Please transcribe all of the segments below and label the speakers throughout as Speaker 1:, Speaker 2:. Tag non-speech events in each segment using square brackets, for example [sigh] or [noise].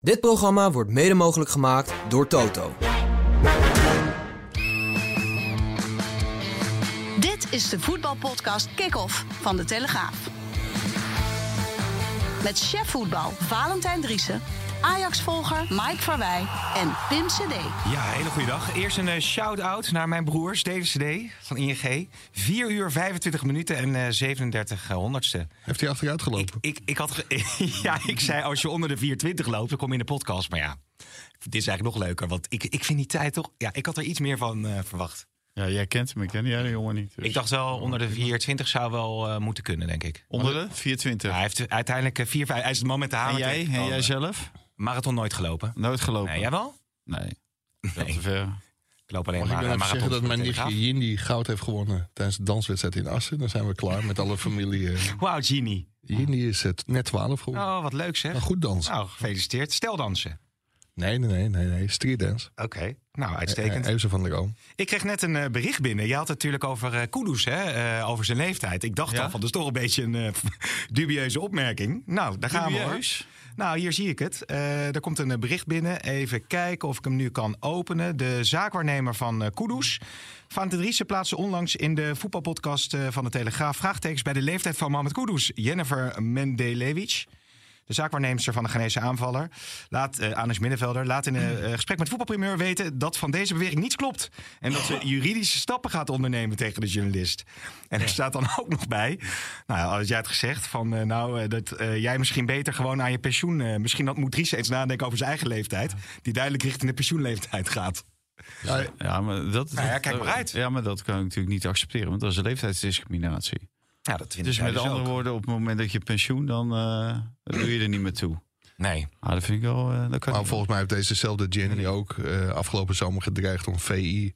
Speaker 1: Dit programma wordt mede mogelijk gemaakt door Toto.
Speaker 2: Dit is de voetbalpodcast Kick-Off van De Telegraaf. Met chef voetbal Valentijn Driessen, Ajax-volger Mike Verwij en Pim CD.
Speaker 3: Ja, hele goede dag. Eerst een eh, shout-out naar mijn broers, DVCD van ING. 4 uur 25 minuten en eh, 37 honderdste.
Speaker 4: Heeft hij achteruit gelopen?
Speaker 3: Ik, ik, ik had. ge- [laughs] ja, ik zei als je onder de 420 loopt, dan kom je in de podcast. Maar ja, dit is eigenlijk nog leuker. Want ik, ik vind die tijd toch. Ja, ik had er iets meer van eh, verwacht.
Speaker 5: Ja, jij kent hem, ik ken die hele jongen niet. dus.
Speaker 3: Ik dacht wel, onder de 420 zou wel eh, moeten kunnen, denk ik.
Speaker 5: Onder de 24.
Speaker 3: Ja, hij heeft uiteindelijk eh, vier, vijf- hij is de man met de hamer.
Speaker 5: en jij? En
Speaker 3: tegengekomen.
Speaker 5: jij zelf?
Speaker 3: oh, eh, Marathon nooit gelopen.
Speaker 5: Nooit gelopen?
Speaker 3: Nee, jij wel?
Speaker 5: Nee. Dat
Speaker 3: Nee.
Speaker 5: is ver.
Speaker 3: Ik loop alleen
Speaker 4: Mag ik
Speaker 3: maar
Speaker 4: ben
Speaker 3: eh,
Speaker 4: even
Speaker 3: marathons
Speaker 4: zeggen dat
Speaker 3: voor de
Speaker 4: mijn nichtje
Speaker 3: Telegraaf.
Speaker 4: Jindy goud heeft gewonnen tijdens de danswedstrijd in Assen. Dan zijn we klaar met alle familie.
Speaker 3: [laughs] Wauw, Genie.
Speaker 4: Jindy is het net 12 geworden.
Speaker 3: Oh, wat leuk zeg.
Speaker 4: Maar goed dansen.
Speaker 3: Nou, gefeliciteerd. Stel dansen.
Speaker 4: Nee, nee, nee, nee, nee. Streetdance.
Speaker 3: Oké. Nou, uitstekend.
Speaker 4: Eh, Euse van der Room.
Speaker 3: Ik kreeg net een eh, bericht binnen. Je had het natuurlijk over eh Kudus, hè? eh, over zijn leeftijd. Ik dacht
Speaker 5: Ja?
Speaker 3: al van, dat is toch een beetje een eh, [laughs] dubieuze opmerking. Nou, daar gaan
Speaker 5: Dubieus?
Speaker 3: we hoor. Nou, hier zie ik het. Eh er komt een eh, bericht binnen. Even kijken of ik hem nu kan openen. De zaakwaarnemer van eh Kudus. Van de Driessen plaatste onlangs in de voetbalpodcast eh, van de Telegraaf... vraagtekens bij de leeftijd van Mohamed Kudus. Jennifer Mendelewicz. De zaakwaarnemster van de Ghanese aanvaller, laat, eh Anus Middenvelder, laat in een eh, gesprek met voetbalprimeur weten dat van deze bewering niets klopt. En dat ze juridische stappen gaat ondernemen tegen de journalist. En er staat dan [laughs] ook nog bij, nou, als jij het gezegd, van eh, nou, eh, dat eh, jij misschien beter gewoon aan je pensioen. eh, misschien dat moet Dries eens nadenken over zijn eigen leeftijd, die duidelijk richting de pensioenleeftijd gaat.
Speaker 4: Ja,
Speaker 5: Ja, maar dat,
Speaker 3: Dus- Nou ja, kijk maar uit.
Speaker 5: Ja, maar dat kan ik natuurlijk niet accepteren, want dat is leeftijdsdiscriminatie.
Speaker 3: Ja, dat vind
Speaker 5: Dus met andere woorden, op het moment dat je pensioen, dan eh, doe je er niet meer toe.
Speaker 3: Nee.
Speaker 5: Ah, dat vind ik wel... eh, dat kan
Speaker 4: maar
Speaker 5: niet.
Speaker 4: volgens mij heeft dezezelfde Jenny ook eh, afgelopen zomer gedreigd om VI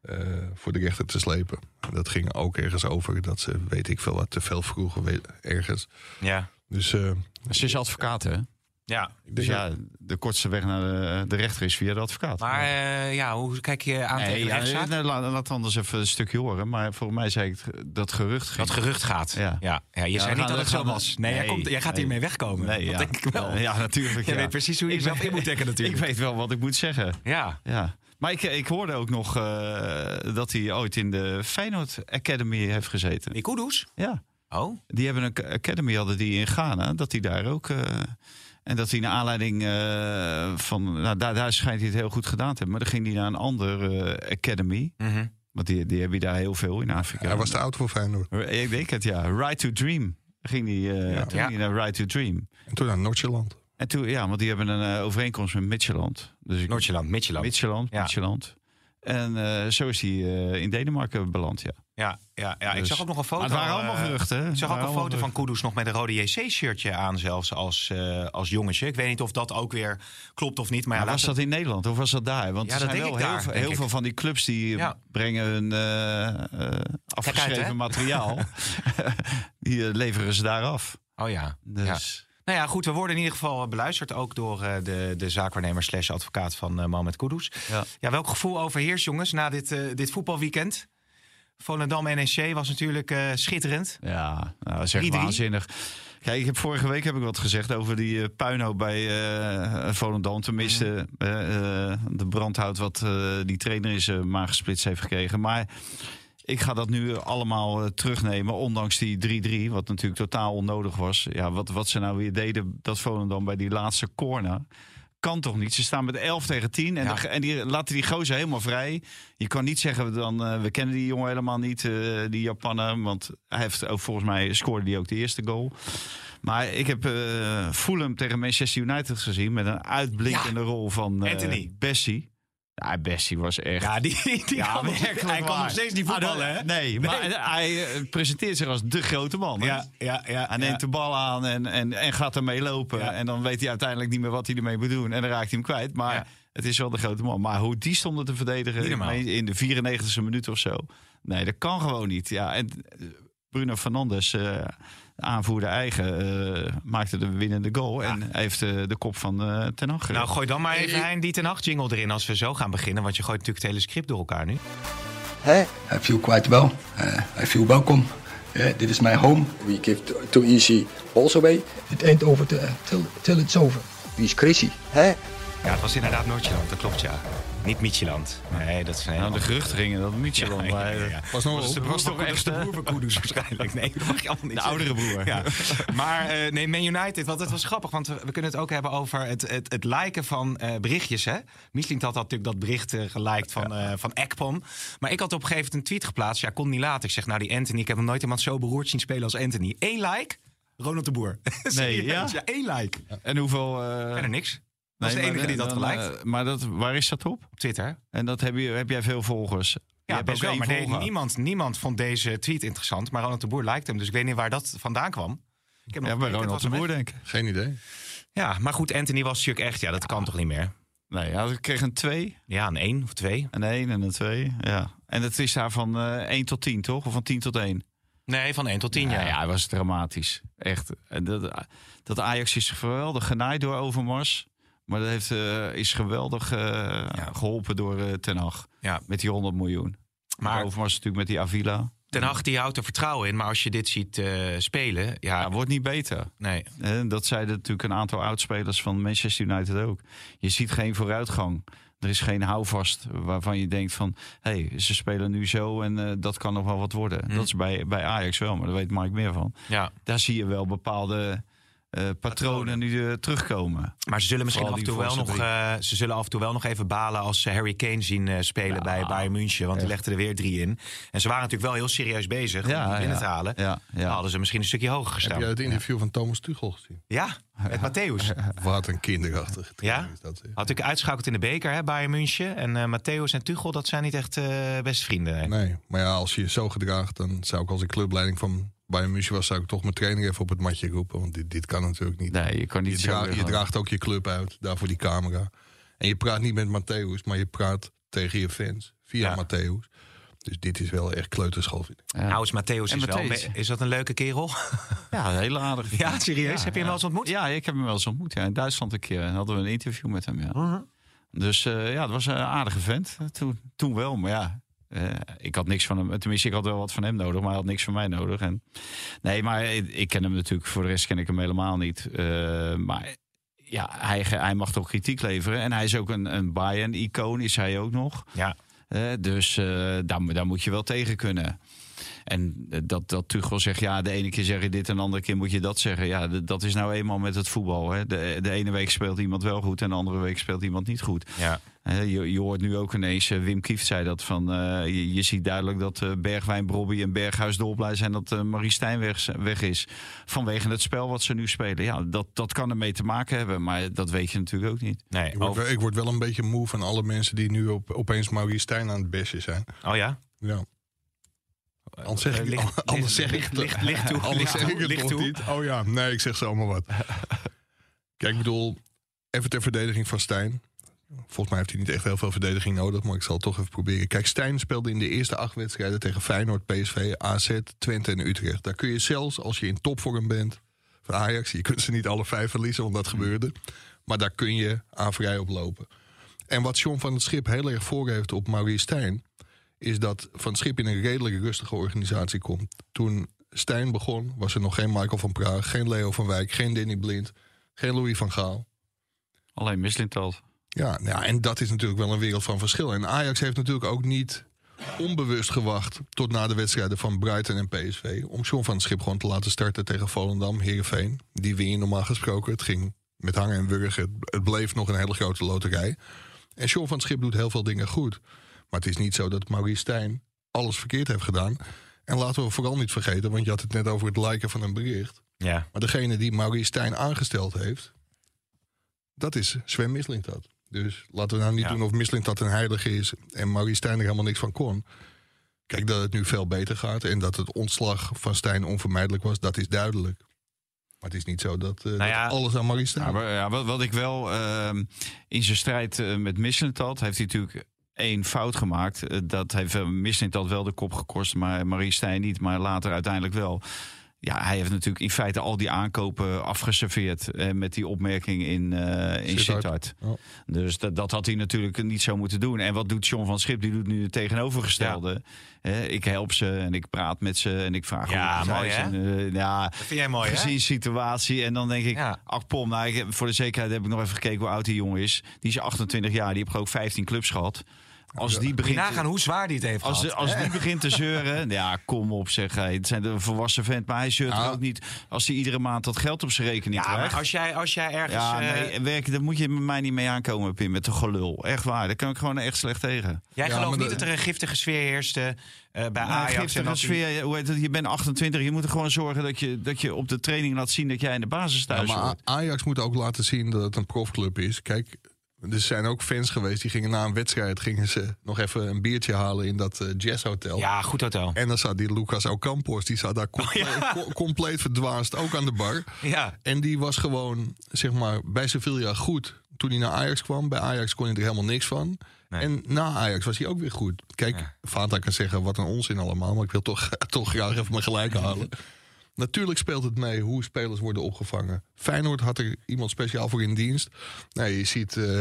Speaker 4: eh, voor de rechter te slepen. En dat ging ook ergens over dat ze, weet ik veel wat, te veel vroegen weet- ergens.
Speaker 3: Ja.
Speaker 4: Dus eh,
Speaker 5: Ze is advocaat, hè?
Speaker 3: Ja.
Speaker 5: Dus ja, de kortste weg naar de, de rechter is via de advocaat.
Speaker 3: Maar eh, ja, hoe kijk je aan
Speaker 5: Nee,
Speaker 3: tegen de
Speaker 5: ja,
Speaker 3: rechtszaak?
Speaker 5: nee, laat, laat anders even een stukje horen. Maar volgens mij zei ik het- dat gerucht ging.
Speaker 3: Dat gerucht gaat. Ja.
Speaker 5: Ja.
Speaker 3: Ja. je
Speaker 5: Ja,
Speaker 3: zei
Speaker 5: we
Speaker 3: niet
Speaker 5: gaan-
Speaker 3: dat het
Speaker 5: we
Speaker 3: zo
Speaker 5: gaan-
Speaker 3: was. Nee, jij,
Speaker 5: nee,
Speaker 3: komt, jij gaat
Speaker 5: nee.
Speaker 3: hiermee wegkomen.
Speaker 5: Nee,
Speaker 3: dat
Speaker 5: ja.
Speaker 3: denk ik wel.
Speaker 5: Ja, natuurlijk.
Speaker 3: Jij
Speaker 5: ja.
Speaker 3: weet precies hoe [laughs] je
Speaker 5: Ik
Speaker 3: zelf
Speaker 5: weet-
Speaker 3: in moet dekken
Speaker 5: [laughs] Ik
Speaker 3: natuurlijk.
Speaker 5: weet wel wat ik moet zeggen.
Speaker 3: Ja.
Speaker 5: Ja. Maar ik, ik hoorde ook nog eh, dat hij ooit in de Feyenoord Academy heeft gezeten.
Speaker 3: Die kudos.
Speaker 5: Ja.
Speaker 3: Oh.
Speaker 5: Die hebben een academy hadden die in Ghana. Dat hij daar ook. eh, en dat hij naar aanleiding eh, van. Nou, daar, daar schijnt hij het heel goed gedaan te hebben. Maar dan ging hij naar een andere eh, academy. Want die, die heb je daar heel veel in Afrika. Eh,
Speaker 4: hij was te oud voor Feyenoord.
Speaker 5: Ik denk het, ja. Ride to Dream. Ging die, eh,
Speaker 4: Ja.
Speaker 5: Toen
Speaker 3: Ja.
Speaker 5: ging hij naar Ride to Dream.
Speaker 4: En toen naar Nordjeland.
Speaker 5: En toen, ja, want die hebben een eh, overeenkomst met Midtjylland. Dus ik,
Speaker 3: Noordjeland, Midtjeland.
Speaker 5: Midtjylland,
Speaker 3: Ja.
Speaker 5: Midtjylland. En eh, zo is hij eh, in Denemarken beland, ja.
Speaker 3: Ja, ja, ja. ik
Speaker 5: Dus-
Speaker 3: zag ook nog een foto.
Speaker 5: Maar het waren allemaal
Speaker 3: eh,
Speaker 5: geruchten, hè?
Speaker 3: Ik
Speaker 5: Het
Speaker 3: zag ook
Speaker 5: waren
Speaker 3: een
Speaker 5: allemaal
Speaker 3: foto van Kudus nog met een rode JC-shirtje aan, zelfs als, eh, als jongetje. Ik weet niet of dat ook weer klopt of niet. Maar ja,
Speaker 5: Maar was
Speaker 3: laten-
Speaker 5: dat in Nederland of was dat daar? Want
Speaker 3: Ja,
Speaker 5: er
Speaker 3: dat
Speaker 5: zijn
Speaker 3: denk ik
Speaker 5: wel heel,
Speaker 3: daar,
Speaker 5: veel-
Speaker 3: denk
Speaker 5: heel
Speaker 3: ik.
Speaker 5: veel van die clubs die eh,
Speaker 3: Ja.
Speaker 5: brengen hun eh, eh, afgeschreven
Speaker 3: hè? [laughs]
Speaker 5: materiaal. die eh, leveren ze daar af.
Speaker 3: Oh ja. ja.
Speaker 5: Dus
Speaker 3: Nou ja, goed, we worden in ieder geval eh, beluisterd ook door eh, de, de zaakwaarnemer slash advocaat van eh Mohamed Kudus. Ja.
Speaker 5: Ja.
Speaker 3: welk gevoel overheerst, jongens, na dit, eh, dit voetbalweekend? Volendam NEC was natuurlijk eh, schitterend.
Speaker 5: ja, nou, dat is echt
Speaker 3: 3-3.
Speaker 5: waanzinnig. Kijk, ik heb vorige week heb ik wat gezegd over die eh, puinhoop bij eh Volendam. Tenminste,
Speaker 3: Mm.
Speaker 5: eh, eh, de brandhout wat eh, die trainer is eh maar gesplitst heeft gekregen. Maar ik ga dat nu allemaal eh, terugnemen, ondanks die 3-3, wat natuurlijk totaal onnodig was. Ja, wat, wat ze nou weer deden, dat Volendam bij die laatste corner. Kan toch niet? Ze staan met 11 tegen 10 en,
Speaker 3: Ja.
Speaker 5: de- en die laten die gozer helemaal vrij. Je kan niet zeggen, dan, eh, we kennen die jongen helemaal niet, eh, die Japaner. Want hij heeft ook, volgens mij scoorde die ook de eerste goal. Maar ik heb eh Fulham tegen Manchester United gezien met een uitblinkende rol van eh,
Speaker 3: Anthony.
Speaker 5: Bessie. Ja, Bessie was echt...
Speaker 3: Ja, die, die
Speaker 5: Ja,
Speaker 3: kan nog-
Speaker 5: werkelijk
Speaker 3: hij kan
Speaker 5: waar.
Speaker 3: nog steeds niet voetballen,
Speaker 5: Ah,
Speaker 3: hè?
Speaker 5: dat- Nee, maar hij eh, presenteert zich als de grote man. hè?
Speaker 3: Ja, ja, ja.
Speaker 5: Hij neemt
Speaker 3: ja.
Speaker 5: de bal aan en, en, en gaat ermee lopen.
Speaker 3: Ja.
Speaker 5: En dan weet hij uiteindelijk niet meer wat hij ermee moet doen. En dan raakt hij hem kwijt. Maar
Speaker 3: Ja.
Speaker 5: het is wel de grote man. Maar hoe die stonden te verdedigen
Speaker 3: Niet
Speaker 5: ik
Speaker 3: normaal.
Speaker 5: meen in de 94e minuut of zo. Nee, dat kan gewoon niet. Ja, en eh, Bruno Fernandes, eh, aanvoerder eigen, eh, maakte de winnende goal. En heeft eh, de kop van eh Ten Hag gered.
Speaker 3: Nou, gooi dan
Speaker 5: Eh,
Speaker 3: maar even Hein die ten acht jingle erin als we zo gaan beginnen. Want je gooit natuurlijk het hele script door elkaar nu.
Speaker 6: Hey, I feel quite well. Uh, I feel welcome. Yeah, this Eh, is my home. We give too, too easy balls away. It ain't over till, till, till it's over. Wie is Chrissy? Hey.
Speaker 3: Ja, het was inderdaad Noordjeland, dat klopt ja. Niet Micheland. Nee, dat is een hele
Speaker 5: Nou,
Speaker 3: andere-
Speaker 5: de geruchten gingen dat Michelin
Speaker 3: Ja, ja, ja, ja.
Speaker 4: Was nog-
Speaker 3: de broer
Speaker 5: was
Speaker 3: van
Speaker 5: toch
Speaker 3: Kudus,
Speaker 5: echt,
Speaker 3: de
Speaker 5: hè?
Speaker 3: broer van Kudus waarschijnlijk. Nee, dat mag je allemaal niet
Speaker 5: De oudere
Speaker 3: zeggen.
Speaker 5: broer.
Speaker 3: Ja. [laughs] Maar eh, nee, Man United, want het was grappig. Want we, we kunnen het ook hebben over het, het, het liken van eh, berichtjes. Hè? Michelin had dat natuurlijk dat bericht eh, geliked van, eh van Ekpom. Maar ik had op een gegeven moment een tweet geplaatst. Ja, kon niet later. Ik zeg, nou die Anthony, ik heb nog nooit iemand zo beroerd zien spelen als Anthony. Eén like, Ronald de Boer. [laughs] Serieus,
Speaker 5: ja?
Speaker 3: ja, één like.
Speaker 5: En hoeveel... eh,
Speaker 3: Verder niks. Dat is de
Speaker 5: nee,
Speaker 3: enige
Speaker 5: maar
Speaker 3: die dat
Speaker 5: dan,
Speaker 3: geliked.
Speaker 5: eh, Maar dat, waar is dat op?
Speaker 3: op Twitter.
Speaker 5: En dat heb, je, heb jij veel volgers. Je
Speaker 3: Ja,
Speaker 5: hebt
Speaker 3: best
Speaker 5: ook
Speaker 3: wel.
Speaker 5: één
Speaker 3: Maar nee,
Speaker 5: volger.
Speaker 3: niemand, niemand vond deze tweet interessant. Maar Ronald de Boer liked hem. Dus ik weet niet waar dat vandaan kwam. Ik heb nog-
Speaker 5: Ja, bij
Speaker 3: ik- het
Speaker 5: Ronald
Speaker 3: was
Speaker 5: de
Speaker 3: hem echt-
Speaker 5: Boer, denk ik.
Speaker 4: Geen idee.
Speaker 3: Ja, maar goed, Anthony was natuurlijk echt... Ja, dat kan toch niet meer?
Speaker 5: Nee, hij kreeg een 2,
Speaker 3: Ja, een 1 of 2.
Speaker 5: een 1 en een 2. Ja. En dat is daar van eh 1 tot 10, toch? Of van 10 tot 1?
Speaker 3: Nee, van 1 tot 10, ja.
Speaker 5: ja, hij was dramatisch. Echt. En dat, dat Ajax is geweldig genaaid door Overmars. Maar dat heeft, eh, is geweldig eh, geholpen door eh, Ten Hag.
Speaker 3: Ja.
Speaker 5: Met die 100 miljoen. Maar
Speaker 3: Maar
Speaker 5: Overmars natuurlijk met die Avila.
Speaker 3: Ten Hag die houdt er vertrouwen in. Maar als je dit ziet eh, spelen... Ja,
Speaker 5: Ja, wordt niet beter.
Speaker 3: nee.
Speaker 5: Hè, Dat zeiden natuurlijk een aantal oudspelers van Manchester United ook. Je ziet geen vooruitgang. Er is geen houvast waarvan je denkt van... hé, hey, ze spelen nu zo en eh, dat kan nog wel wat worden.
Speaker 3: Hm.
Speaker 5: Dat is bij, bij Ajax wel, maar daar weet Mike meer van.
Speaker 3: Ja.
Speaker 5: Daar zie je wel bepaalde eh, patronen nu eh, terugkomen.
Speaker 3: Maar ze zullen misschien af
Speaker 5: Vooral
Speaker 3: en toe
Speaker 5: die
Speaker 3: wel nog...
Speaker 5: voorste
Speaker 3: eh, ze zullen af en toe wel nog even balen als ze Harry Kane zien eh, spelen bij Bayern München. Want die legden er weer drie in. En ze waren natuurlijk wel heel serieus bezig om die binnen te halen.
Speaker 5: Ja,
Speaker 3: Dan
Speaker 5: ja.
Speaker 3: hadden ze misschien een stukje hoger
Speaker 4: Heb
Speaker 3: gestaan.
Speaker 4: jij het interview van Thomas Tuchel gezien?
Speaker 3: Ja, met Matthäus.
Speaker 4: Wat een kinderachtig.
Speaker 3: Ja?
Speaker 4: Is dat, zeg.
Speaker 3: Had ik uitschakeld in de beker, hè, Bayern München. En eh Matthäus en Tuchel, dat zijn niet echt eh beste vrienden. nee.
Speaker 4: Nee, maar ja, als je je zo gedraagt, dan zou ik als ik clubleiding van Bayern München was, zou ik toch mijn trainer even op het matje roepen. Want dit, dit kan natuurlijk niet.
Speaker 5: Nee, je kan
Speaker 4: je,
Speaker 5: niet zo...
Speaker 4: dra-
Speaker 5: weer
Speaker 4: je
Speaker 5: gaan.
Speaker 4: draagt ook je club uit, daarvoor die camera. En je praat niet met Matthäus, maar je praat tegen je fans via
Speaker 3: Ja.
Speaker 4: Matthäus. Dus dit is wel echt kleuterschool, vind ik.
Speaker 5: Ja.
Speaker 3: Nou, is Matthäus
Speaker 5: En
Speaker 3: is wel... een
Speaker 5: Matthäus.
Speaker 3: be- Is dat een leuke kerel? [laughs]
Speaker 5: Ja, een hele aardige.
Speaker 3: Ja, serieus? Heb je hem wel eens ontmoet?
Speaker 5: Ja, ik heb hem wel eens ontmoet. Ja, in Duitsland een keer. En hadden we een interview met hem. Ja.
Speaker 3: Mhm.
Speaker 5: Dus eh, ja, het was een aardige vent. eh, Toen, toen wel, maar ja. eh, ik had niks van hem. Tenminste, ik had wel wat van hem nodig, maar hij had niks van mij nodig. En, nee, maar ik, ik ken hem natuurlijk. Voor de rest ken ik hem helemaal niet. Eh, maar ja, hij, ge- hij mag toch kritiek leveren. En hij is ook een, een Bayern-icoon, is hij ook nog.
Speaker 3: Ja.
Speaker 5: Eh, dus eh, daar, mo- daar moet je wel tegen kunnen. En eh, dat, dat Tuchel zegt, ja, de ene keer zeg je dit en de andere keer moet je dat zeggen. Ja, d- dat is nou eenmaal met het voetbal. Hè. De, de ene week speelt iemand wel goed en de andere week speelt iemand niet goed.
Speaker 3: Ja.
Speaker 5: Eh, je, je hoort nu ook ineens, eh, Wim Kieft zei dat, van, eh, je, je ziet duidelijk dat eh, Bergwijn, Brobby en Berghuis erop blij zijn dat eh, Marie Stijn weg, weg is. Vanwege het spel wat ze nu spelen. Ja, dat, dat kan ermee te maken hebben, maar dat weet je natuurlijk ook niet.
Speaker 3: Nee.
Speaker 4: Ik word,
Speaker 3: Oh,
Speaker 4: wel, ik word wel een beetje moe van alle mensen die nu op, opeens Maurice Stijn aan het bestje zijn.
Speaker 3: oh ja?
Speaker 4: Ja.
Speaker 3: Eh,
Speaker 4: Anders zeg ik,
Speaker 3: Licht-
Speaker 4: anders zeg ik
Speaker 3: licht- licht- licht toe.
Speaker 4: Anders
Speaker 3: Licht
Speaker 4: zeg
Speaker 3: toe,
Speaker 4: ik het
Speaker 3: licht
Speaker 4: toch
Speaker 3: toe.
Speaker 4: niet. Oh ja, nee, ik zeg zomaar
Speaker 3: [laughs]
Speaker 4: wat. Kijk, ik bedoel, even ter verdediging van Stijn. Volgens mij heeft hij niet echt heel veel verdediging nodig, maar ik zal het toch even proberen. Kijk, Stijn speelde in de eerste acht wedstrijden tegen Feyenoord, PSV, AZ, Twente en Utrecht. Daar kun je zelfs, als je in topvorm bent van Ajax, je kunt ze niet alle vijf verliezen, want dat
Speaker 3: Hmm.
Speaker 4: gebeurde. Maar daar kun je aan vrij op lopen. En wat John van het Schip heel erg voor heeft op Maurice Stijn, is dat Van het Schip in een redelijk rustige organisatie komt. Toen Stijn begon, was er nog geen Michael van Praag, geen Leo van Wijk, geen Danny Blind, geen Louis van Gaal.
Speaker 5: Alleen Mislintat.
Speaker 4: Ja, nou ja, en dat is natuurlijk wel een wereld van verschil. En Ajax heeft natuurlijk ook niet onbewust gewacht tot na de wedstrijden van Brighton en PSV... om John van het Schip gewoon te laten starten tegen Volendam, Heerenveen. Die win je normaal gesproken. Het ging met hangen en wurgen. Het- Het bleef nog een hele grote loterij. En John van het Schip doet heel veel dingen goed. Maar het is niet zo dat Maurice Stijn alles verkeerd heeft gedaan. En laten we vooral niet vergeten, want je had het net over het liken van een bericht.
Speaker 3: Ja.
Speaker 4: Maar degene die Maurice Stijn aangesteld heeft, dat is Sven Mislintat. Dus laten we nou niet
Speaker 5: Ja.
Speaker 4: doen of Misling dat een heilige is en Maurice Stijn er helemaal niks van kon. Kijk, dat het nu veel beter gaat en dat het ontslag van Stijn onvermijdelijk was, dat is duidelijk. Maar het is niet zo dat, eh, dat
Speaker 5: Nou ja,
Speaker 4: alles aan Maurice Stijn.
Speaker 5: Ja, maar, ja, wat, wat ik wel ehm, in zijn strijd eh, met Mislintat heeft hij natuurlijk één fout gemaakt. Eh, dat heeft uh, Mislintat wel de kop gekost, maar Marie Stijn niet, maar later uiteindelijk wel. Ja, hij heeft natuurlijk in feite al die aankopen afgeserveerd eh, met die opmerking in, eh in
Speaker 4: Sittard.
Speaker 5: Sittard.
Speaker 4: Ja.
Speaker 5: Dus dat, dat had hij natuurlijk niet zo moeten doen. En wat doet John van Schip? Die doet nu het tegenovergestelde. Eh, ik help ze en ik praat met ze en ik vraag
Speaker 3: Ja,
Speaker 5: hoe het
Speaker 3: mooi,
Speaker 5: is.
Speaker 3: hè?
Speaker 5: En, eh, ja,
Speaker 7: Vind jij mooi, hè?
Speaker 5: gezien situatie. En dan denk ik,
Speaker 3: Ja.
Speaker 5: ach pom, nou, ik heb- voor de zekerheid heb ik nog even gekeken hoe oud die jongen is. Die is 28 jaar, die heeft ook 15 clubs gehad. Als die
Speaker 3: Moet
Speaker 5: begint,
Speaker 3: je nagaan hoe zwaar die het heeft
Speaker 5: als,
Speaker 3: gehad.
Speaker 5: als die begint te
Speaker 3: [laughs]
Speaker 5: zeuren, ja, kom op zeg. Hey. Het zijn de volwassen vent, maar hij zeurt
Speaker 4: Ja.
Speaker 5: er ook niet als hij iedere maand dat geld op zijn rekening
Speaker 3: ja, maar
Speaker 5: krijgt.
Speaker 3: als jij, als jij ergens...
Speaker 5: ja,
Speaker 3: eh,
Speaker 5: nee, werk, daar moet je met mij niet mee aankomen, Pim, met de gelul. Echt waar, daar kan ik gewoon echt slecht tegen.
Speaker 3: jij
Speaker 4: Ja,
Speaker 3: gelooft
Speaker 4: maar
Speaker 3: niet
Speaker 4: dat-
Speaker 3: dat er een giftige sfeer heerste eh, bij
Speaker 5: Nou,
Speaker 3: Ajax. en
Speaker 5: giftige
Speaker 3: dat die-
Speaker 5: sfeer, hoe heet het, je bent 28, je moet er gewoon zorgen dat je, dat je op de training laat zien dat jij in de basis
Speaker 4: Ja,
Speaker 5: thuis
Speaker 4: maar
Speaker 5: hoort.
Speaker 4: A- Ajax moet ook laten zien dat het een profclub is. Kijk, er zijn ook fans geweest die gingen na een wedstrijd gingen ze nog even een biertje halen in dat eh, jazzhotel.
Speaker 3: Ja, goed hotel.
Speaker 4: En dan zat die Lucas Ocampos, die zat daar compleet, co- compleet verdwaasd, ook aan de bar.
Speaker 3: Ja.
Speaker 4: En die was gewoon, zeg maar, bij Sevilla goed toen hij naar Ajax kwam. Bij Ajax kon hij er helemaal niks van. En na Ajax was hij ook weer goed. Kijk, Vata kan zeggen, wat een onzin allemaal. Maar ik wil toch, [laughs] toch graag even mijn gelijk halen. Natuurlijk speelt het mee hoe spelers worden opgevangen. Feyenoord had er iemand speciaal voor in dienst. Nou, je ziet eh,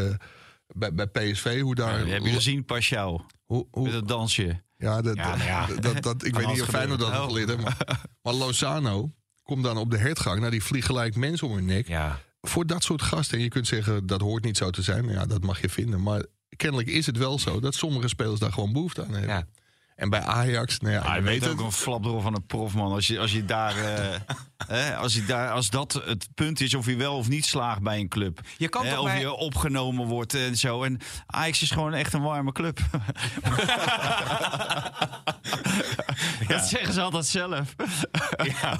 Speaker 4: bij, bij PSV hoe daar...
Speaker 5: heb je gezien, Pascal?
Speaker 4: hoe- hoe-
Speaker 5: Met dat dansje.
Speaker 4: ja, dat,
Speaker 3: nou ja.
Speaker 4: dat, dat, dat- ik weet
Speaker 5: alles
Speaker 4: niet of Feyenoord dat
Speaker 5: gebeuren.
Speaker 4: nog lid heeft, Maar, maar Lozano komt dan op de hertgang. Nou, die vliegen gelijk mensen om hun nek.
Speaker 3: Ja.
Speaker 4: Voor dat soort gasten. En je kunt zeggen, dat hoort niet zo te zijn. Maar ja, dat mag je vinden. Maar kennelijk is het wel zo dat sommige spelers daar gewoon behoefte aan hebben.
Speaker 3: Ja.
Speaker 4: En bij Ajax, nou ja,
Speaker 5: Ah,
Speaker 4: je
Speaker 5: je
Speaker 4: weet
Speaker 5: bent
Speaker 4: het.
Speaker 5: ook een flapdrol van een profman. Als je, als je daar... eh, hè, als, je daar, als dat het punt is of je wel of niet slaagt bij een club.
Speaker 3: Je kan
Speaker 5: Hè,
Speaker 3: toch
Speaker 5: of
Speaker 3: bij-
Speaker 5: je opgenomen wordt en zo. En Ajax is gewoon echt een warme club. Dat zeggen ze altijd zelf. Nou,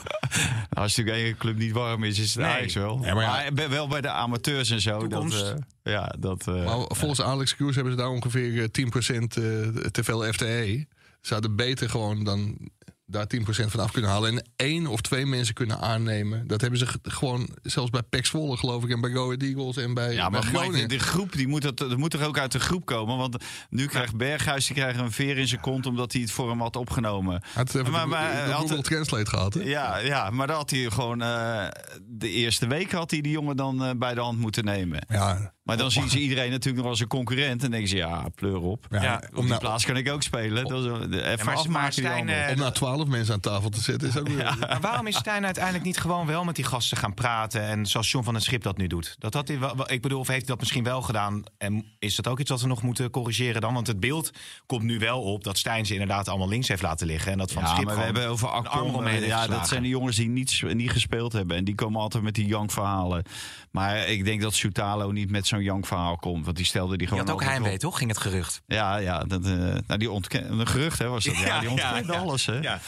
Speaker 5: Als natuurlijk één club niet warm is, is het
Speaker 3: Nee.
Speaker 5: Ajax wel.
Speaker 4: Ja, maar
Speaker 5: maar
Speaker 4: ja.
Speaker 5: bij- wel bij de amateurs en zo. Dat,
Speaker 3: Toekomst.
Speaker 5: eh, ja, dat... eh,
Speaker 4: Maar volgens Alex Cruz hebben ze daar ongeveer eh, 10% eh, te veel FTE. Ze hadden beter gewoon dan daar 10% van af kunnen halen. En één of twee mensen kunnen aannemen. Dat hebben ze ge- gewoon, zelfs bij Pek Zwolle geloof ik... en bij Go Ahead Eagles en bij,
Speaker 5: Ja,
Speaker 4: bij
Speaker 5: maar Mike, de,
Speaker 4: Groningen.
Speaker 5: de groep die moet, dat, dat moet er ook uit de groep komen. Want nu krijgt Berghuis die krijgt een veer in zijn kont omdat hij het voor hem had opgenomen.
Speaker 4: Had het even
Speaker 5: maar-
Speaker 4: de-
Speaker 5: maar,
Speaker 4: de
Speaker 5: eh, had
Speaker 4: Google
Speaker 5: het-
Speaker 4: Translate gehad. hè?
Speaker 5: Ja, ja maar dat had hij gewoon eh, de eerste week had hij die jongen dan eh, bij de hand moeten nemen.
Speaker 4: Ja,
Speaker 5: Maar dan zien ze iedereen natuurlijk nog als een concurrent. En denken ze, ja, pleur op.
Speaker 4: ja,
Speaker 3: Ja,
Speaker 5: Op
Speaker 4: om,
Speaker 5: die
Speaker 4: nou-
Speaker 5: plaats kan ik ook spelen. Dat is, eh, even
Speaker 3: Ja, maar, maar
Speaker 5: afmaken die
Speaker 3: Stijn,
Speaker 5: handen.
Speaker 3: eh,
Speaker 4: om nou 12 mensen aan tafel te zetten is ook weer...
Speaker 3: maar waarom is Stijn uiteindelijk niet gewoon wel met die gasten gaan praten... en zoals John van den Schip dat nu doet? Dat had hij wel, wel- ik bedoel, of heeft hij dat misschien wel gedaan? En is dat ook iets wat we nog moeten corrigeren dan? Want het beeld komt nu wel op dat Stijn ze inderdaad allemaal links heeft laten liggen... en dat van
Speaker 5: ja,
Speaker 3: den Schip
Speaker 5: maar we
Speaker 3: gewoon
Speaker 5: hebben over
Speaker 3: een arm
Speaker 5: Akpom.
Speaker 3: omheen heeft
Speaker 5: Ja, dat
Speaker 3: geslagen.
Speaker 5: zijn de jongens die niet, niet gespeeld hebben. En die komen altijd met die jankverhalen. Maar ik denk dat Soutalo niet met zo'n jankverhaal komt. Want die stelde die
Speaker 3: Je
Speaker 5: gewoon
Speaker 3: had ook
Speaker 5: altijd
Speaker 3: heimwee,
Speaker 5: op.
Speaker 3: toch? Ging het gerucht.
Speaker 5: Ja, ja. Dat, eh, nou, die ontken, een gerucht hè,
Speaker 3: [laughs]
Speaker 5: was dat. Ja, die ontkende alles. Hè. Ja.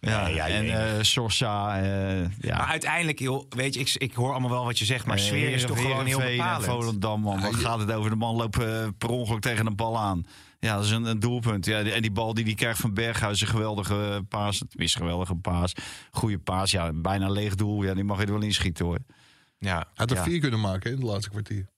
Speaker 3: Ja, ja,
Speaker 5: en
Speaker 3: jee.
Speaker 5: eh Sorsa. eh,
Speaker 3: Maar
Speaker 5: ja.
Speaker 3: uiteindelijk, joh, weet je, ik, ik hoor allemaal wel wat je zegt... maar
Speaker 5: Eh,
Speaker 3: sfeer is toch
Speaker 5: Heerenveen
Speaker 3: gewoon heel
Speaker 5: en
Speaker 3: bepalend.
Speaker 5: Volendam, man. Wat gaat het over? De man loopt eh, per ongeluk tegen een bal aan. Ja, dat is een, een doelpunt. Ja, die- en die bal die hij krijgt van Berghuis, een geweldige eh, paas. Tenminste, geweldige paas. Goede paas. Ja, bijna leeg doel. Ja, die mag je er wel inschieten hoor.
Speaker 3: Ja,
Speaker 4: Had er
Speaker 3: ja.
Speaker 4: vier kunnen maken hè, in het laatste kwartier.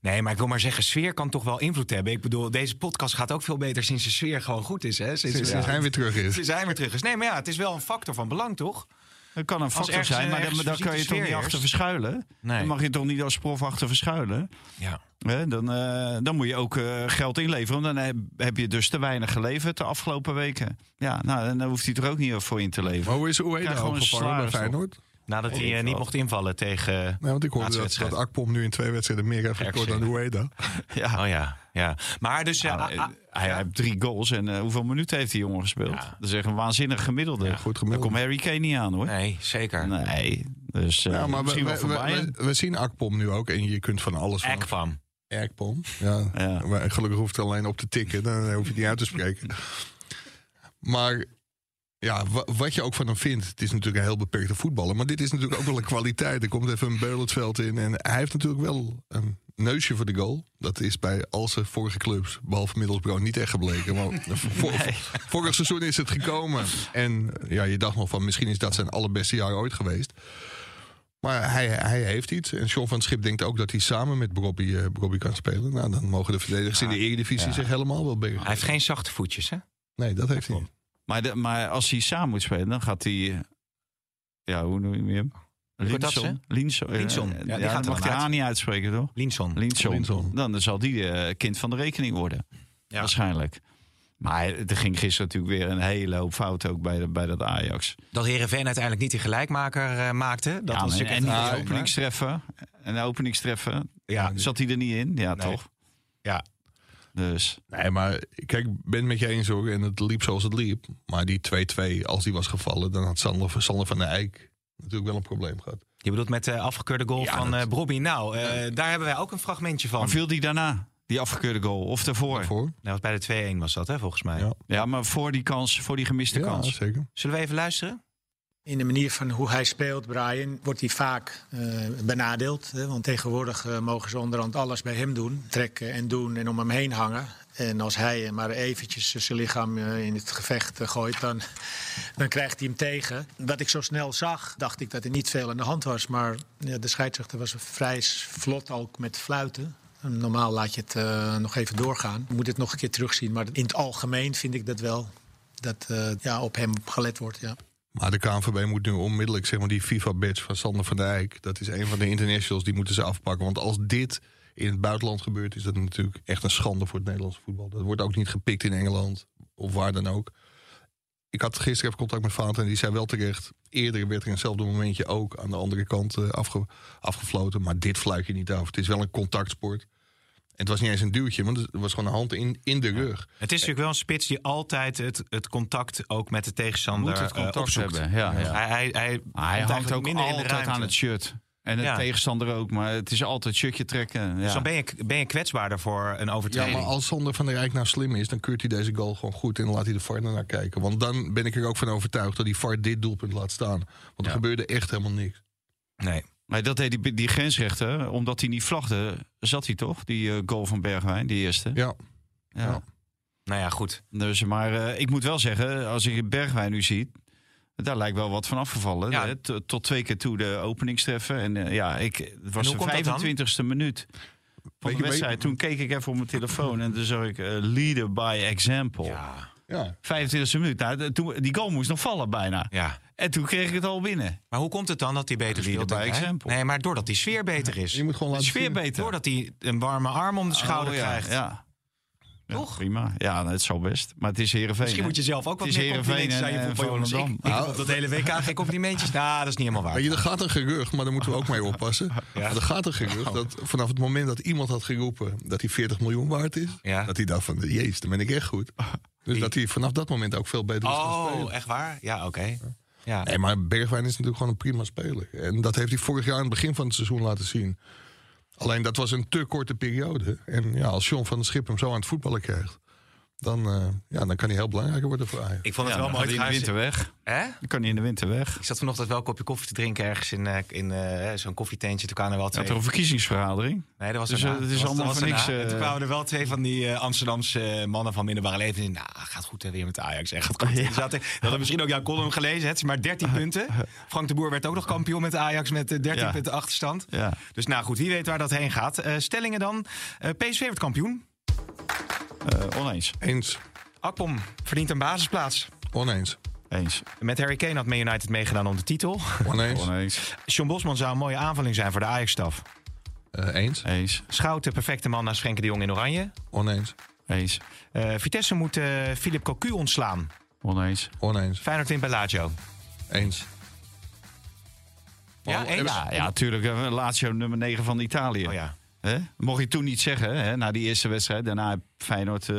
Speaker 3: Nee, maar ik wil maar zeggen, sfeer kan toch wel invloed hebben. Ik bedoel, deze podcast gaat ook veel beter sinds de sfeer gewoon goed is. Hè? Sinds,
Speaker 4: Sinds
Speaker 3: we-
Speaker 4: sinds hij weer terug is.
Speaker 3: sinds hij weer terug is. Nee, maar ja, het is wel een factor van belang, toch?
Speaker 5: Dat kan een factor
Speaker 3: ergens,
Speaker 5: zijn,
Speaker 3: eh,
Speaker 5: maar dan,
Speaker 3: ergens
Speaker 5: maar dan kan je
Speaker 3: fysieke
Speaker 5: toch niet
Speaker 3: sfeer
Speaker 5: achter
Speaker 3: heerst.
Speaker 5: verschuilen.
Speaker 3: Nee.
Speaker 5: Dan mag je toch niet als prof achter verschuilen.
Speaker 3: Ja.
Speaker 5: Hè, dan, eh, dan moet je ook eh, geld inleveren. Want dan heb, heb je dus te weinig geleverd de afgelopen weken. Ja, nou, en daar hoeft hij er ook niet voor in te leveren.
Speaker 4: Maar hoe is Ueda
Speaker 5: Krijg gewoon een
Speaker 4: opgevangen bij
Speaker 5: salaris, toch?
Speaker 4: Feyenoord?
Speaker 3: Nadat hij
Speaker 5: weet
Speaker 3: eh, niet
Speaker 5: wat.
Speaker 3: mocht invallen tegen...
Speaker 4: Nee, want ik hoorde dat,
Speaker 3: Laatste
Speaker 4: dat Akpom nu in twee wedstrijden meer heeft gescoord dan Ueda.
Speaker 5: Ja.
Speaker 3: Oh ja, ja. Maar dus... eh,
Speaker 5: Ja,
Speaker 3: ah,
Speaker 5: eh,
Speaker 3: ah,
Speaker 5: hij, hij heeft drie goals en eh, hoeveel minuten heeft die jongen gespeeld?
Speaker 3: Ja.
Speaker 5: Dat is echt een waanzinnig gemiddelde.
Speaker 4: goed gemiddelde.
Speaker 5: Daar komt Harry Kane niet aan hoor. Nee,
Speaker 3: nee, zeker.
Speaker 5: dus eh,
Speaker 4: Ja, maar we,
Speaker 5: misschien
Speaker 4: we,
Speaker 5: wel voor Bayern.
Speaker 4: we- we zien Akpom nu ook en je kunt van alles van.
Speaker 3: Ekpam.
Speaker 4: Akpom. Ja.
Speaker 5: Ja.
Speaker 4: Maar Gelukkig hoeft het alleen op te tikken, dan hoef je het niet uit te spreken.
Speaker 5: [laughs]
Speaker 4: Maar ja, wa- wat je ook van hem vindt, het is natuurlijk een heel beperkte voetballer. Maar dit is natuurlijk ook wel een kwaliteit. Er komt even een Beulentveld in en hij heeft natuurlijk wel een neusje voor de goal, dat is bij al zijn vorige clubs, behalve Middlesbrough, niet echt
Speaker 3: [laughs]
Speaker 4: gebleken. Maar voor- vorig seizoen is het gekomen. En ja, je dacht nog van misschien is dat zijn allerbeste jaar ooit geweest. Maar hij, hij heeft iets. En Sean van het Schip denkt ook dat hij samen met Bobby, eh, Bobby kan spelen. Nou, dan mogen de verdedigers in de Eredivisie zich helemaal wel bergen.
Speaker 3: Hij heeft geen zachte voetjes, hè?
Speaker 4: Nee, dat heeft hij niet.
Speaker 5: Maar, de, maar als hij samen moet spelen, dan gaat hij... eh, Ja, hoe noem je hem?
Speaker 3: Kortatse?
Speaker 5: Linson. Linson. eh,
Speaker 3: Linson. Ja,
Speaker 5: eh,
Speaker 3: die
Speaker 5: Ja,
Speaker 3: gaat er
Speaker 5: dat mag
Speaker 3: dan
Speaker 5: de
Speaker 3: uit.
Speaker 5: A niet uitspreken, toch?
Speaker 3: Linson.
Speaker 5: Linson.
Speaker 4: Linson.
Speaker 5: Dan zal die eh, kind van de rekening worden.
Speaker 3: Ja.
Speaker 5: Waarschijnlijk. Maar er ging gisteren natuurlijk weer een hele hoop fouten ook bij, de- bij dat Ajax.
Speaker 3: Dat Herenveen uiteindelijk niet die gelijkmaker eh, maakte. Dat
Speaker 5: ja,
Speaker 3: was
Speaker 5: en,
Speaker 3: natuurlijk
Speaker 5: en
Speaker 3: echt
Speaker 5: die
Speaker 3: een ramp, hè?
Speaker 5: openingstreffer. En de openingstreffer.
Speaker 3: Ja,
Speaker 5: Zat hij er niet in? Ja,
Speaker 3: Nee.
Speaker 5: toch?
Speaker 3: ja.
Speaker 5: Dus
Speaker 4: Nee, maar kijk, ik ben het met je eens hoor. En het liep zoals het liep. Maar die 2-2, als die was gevallen, dan had Sander, Sander van der Eijk natuurlijk wel een probleem gehad.
Speaker 3: Je bedoelt met de afgekeurde goal
Speaker 4: Ja,
Speaker 3: van
Speaker 4: dat-
Speaker 3: eh Bobby. Nou, eh, daar hebben wij ook een fragmentje van.
Speaker 5: Maar viel die daarna, die afgekeurde goal? Of daarvoor?
Speaker 4: Voor?
Speaker 3: Nou, bij de 2-1 was dat, hè, volgens mij.
Speaker 4: Ja.
Speaker 5: Ja, maar voor die kans, voor die gemiste
Speaker 4: Ja,
Speaker 5: kans.
Speaker 4: zeker.
Speaker 3: Zullen we even luisteren?
Speaker 8: In de manier van hoe hij speelt, Brian, wordt hij vaak eh, benadeeld. Hè? Want tegenwoordig eh, mogen ze onderhand alles bij hem doen. Trekken en doen en om hem heen hangen. En als hij eh, maar eventjes eh, zijn lichaam eh, in het gevecht eh, gooit, dan, [laughs] dan krijgt hij hem tegen. Wat ik zo snel zag, dacht ik dat er niet veel aan de hand was. Maar ja, de scheidsrechter was vrij vlot ook met fluiten. Normaal laat je het eh, nog even doorgaan. Je moet het nog een keer terugzien. Maar in het algemeen vind ik dat wel, dat eh, ja, op hem gelet wordt. Ja.
Speaker 4: Maar de KNVB moet nu onmiddellijk, zeg maar, die FIFA-badge van Sander van der Eijk. Dat is een van de internationals, die moeten ze afpakken. Want als dit in het buitenland gebeurt, is dat natuurlijk echt een schande voor het Nederlandse voetbal. Dat wordt ook niet gepikt in Engeland of waar dan ook. Ik had gisteren even contact met Vaat en die zei wel terecht. Eerder werd er in hetzelfde momentje ook aan de andere kant eh, afge- afgefloten. Maar dit fluit je niet af. Het is wel een contactsport. En het was niet eens een duwtje, want het was gewoon een hand in, in de rug.
Speaker 3: Het is natuurlijk wel een spits die altijd het, het contact ook met de tegenstander
Speaker 5: Moet het
Speaker 3: eh,
Speaker 5: contact
Speaker 3: opzoekt.
Speaker 5: hebben, ja, ja.
Speaker 3: Hij, hij, hij,
Speaker 5: Maar hij
Speaker 3: komt
Speaker 5: hangt
Speaker 3: eigenlijk
Speaker 5: ook
Speaker 3: minder in de
Speaker 5: altijd
Speaker 3: ruimte.
Speaker 5: aan het shirt. En de
Speaker 3: Ja.
Speaker 5: tegenstander ook, maar het is altijd shirtje trekken. Ja.
Speaker 3: Dus dan ben je, ben je kwetsbaarder voor een
Speaker 4: Ja,
Speaker 3: overtreding.
Speaker 4: maar als Sander van der Rijk nou slim is, dan keurt hij deze goal gewoon goed en dan laat hij de VAR naar kijken. Want dan ben ik er ook van overtuigd dat die VAR dit doelpunt laat staan. Want er gebeurde echt helemaal niks.
Speaker 3: Nee.
Speaker 5: Maar dat deed die, die grensrechter, omdat hij niet vlagde, zat hij toch? Die eh, goal van Bergwijn, die eerste.
Speaker 4: Ja,
Speaker 5: Ja.
Speaker 4: ja.
Speaker 3: Nou ja, goed.
Speaker 5: Dus, maar eh, ik moet wel zeggen, als ik Bergwijn nu zie, daar lijkt wel wat van afgevallen.
Speaker 3: Ja.
Speaker 5: hè. T- Tot twee keer toe de openingstreffen. En eh, ja, ik, het was
Speaker 3: hoe komt dat dan?
Speaker 5: de 25ste minuut van
Speaker 4: je- weet-
Speaker 5: de wedstrijd. Toen keek ik even op mijn telefoon en toen zag ik eh, leader by example.
Speaker 4: ja.
Speaker 5: 25e minuut. Nou, de- toen, die goal moest nog vallen bijna.
Speaker 3: Ja.
Speaker 5: En toen kreeg ik het al binnen.
Speaker 3: Maar hoe komt het dan dat hij beter
Speaker 5: Leader
Speaker 3: speelt? dan
Speaker 5: by
Speaker 3: wij?
Speaker 5: example.
Speaker 3: Nee, maar doordat die sfeer beter is.
Speaker 4: Je moet gewoon
Speaker 5: De
Speaker 4: laten
Speaker 5: sfeer
Speaker 4: zien.
Speaker 5: beter.
Speaker 3: Doordat hij een warme arm om de schouder
Speaker 5: Oh, ja,
Speaker 3: krijgt.
Speaker 5: Ja. Ja,
Speaker 3: Toch?
Speaker 5: Prima. Ja, nou, het zal best. Maar het is Heerenveen.
Speaker 3: Misschien
Speaker 5: hè?
Speaker 3: moet je zelf ook wat
Speaker 5: Het is
Speaker 3: meer
Speaker 5: Heerenveen
Speaker 3: complimentjes aan
Speaker 5: en,
Speaker 3: je
Speaker 5: en
Speaker 3: voetballers. Ik,
Speaker 5: Volendam.
Speaker 3: ik vond dat hele WK geen
Speaker 5: [laughs]
Speaker 3: complimentjes. Nou, dat is niet helemaal waar.
Speaker 4: Weet je, er gaat een gerucht, maar daar moeten we ook mee
Speaker 3: [laughs]
Speaker 4: oppassen. Want Er gaat een
Speaker 3: Oh.
Speaker 4: gerucht dat vanaf het moment dat iemand had geroepen dat hij 40 miljoen waard is,
Speaker 3: Ja.
Speaker 4: dat hij dacht van, jezus, dan ben ik echt
Speaker 3: [laughs]
Speaker 4: goed. Dus dat hij vanaf dat moment ook veel beter is gaan spelen.
Speaker 3: Oh, echt waar? Ja, oké. Ja.
Speaker 4: Nee, maar Bergwijn is natuurlijk gewoon een prima speler. En dat heeft hij vorig jaar aan het begin van het seizoen laten zien. Alleen dat was een te korte periode. En ja, als John van der Schip hem zo aan het voetballen krijgt... dan, eh, ja, dan kan hij heel belangrijk worden voor Ajax.
Speaker 3: Ik vond
Speaker 5: Ja,
Speaker 3: het
Speaker 5: dan
Speaker 3: wel mooi.
Speaker 5: kan hij in de
Speaker 3: trouwens.
Speaker 5: winter weg.
Speaker 3: Hè?
Speaker 5: Dan kan hij in de winter weg.
Speaker 3: Ik zat vanochtend wel een kopje koffie te drinken ergens in, eh, in eh, zo'n koffietentje. Toen kwamen er wel
Speaker 5: Ja,
Speaker 3: twee.
Speaker 5: had er een verkiezingsvergadering.
Speaker 3: nee, dat was
Speaker 5: dus,
Speaker 3: erna.
Speaker 5: eh, het is
Speaker 3: Dat was-
Speaker 5: allemaal
Speaker 3: dat was
Speaker 5: voor
Speaker 3: erna.
Speaker 5: niks, eh.
Speaker 3: En toen kwamen er wel twee van die eh, Amsterdamse eh, mannen van middelbare leven. En, nou, gaat goed hè, weer met Ajax. Echt gaat goed. Die zaten, die hadden misschien ook jouw column gelezen. Het is maar
Speaker 5: [laughs]
Speaker 3: 13 punten. Frank de Boer werd ook nog kampioen met Ajax met eh, 13
Speaker 5: Ja.
Speaker 3: punten achterstand.
Speaker 5: Ja.
Speaker 3: Dus nou goed, wie weet waar dat heen gaat. Eh, stellingen dan. Eh, PSV wordt kampioen.
Speaker 5: Eh, oneens.
Speaker 4: Eens,
Speaker 3: Akpom verdient een basisplaats.
Speaker 4: [laughs] oneens,
Speaker 5: Eens.
Speaker 3: Met Harry Kane had Man United meegedaan om de titel. [laughs]
Speaker 4: oneens,
Speaker 5: Oneens.
Speaker 3: John Bosman zou een mooie aanvulling zijn voor de Ajax-staf.
Speaker 4: eh, eens,
Speaker 5: Eens.
Speaker 3: Schout de perfecte man naar Schenken de Jong in Oranje.
Speaker 4: oneens,
Speaker 5: Eens.
Speaker 3: Eh, Vitesse moet eh Philip Cocu ontslaan.
Speaker 5: Oneens.
Speaker 4: oneens,
Speaker 3: Feyenoord in Bellagio.
Speaker 4: eens.
Speaker 3: Ja,
Speaker 4: Oh,
Speaker 3: eens?
Speaker 4: eh,
Speaker 5: Ja, ja, tuurlijk. eh, Lazio nummer 9 van Italië.
Speaker 3: Oh ja.
Speaker 5: Hè? Mocht je toen niet zeggen, hè, na die eerste wedstrijd. Daarna heb Feyenoord eh,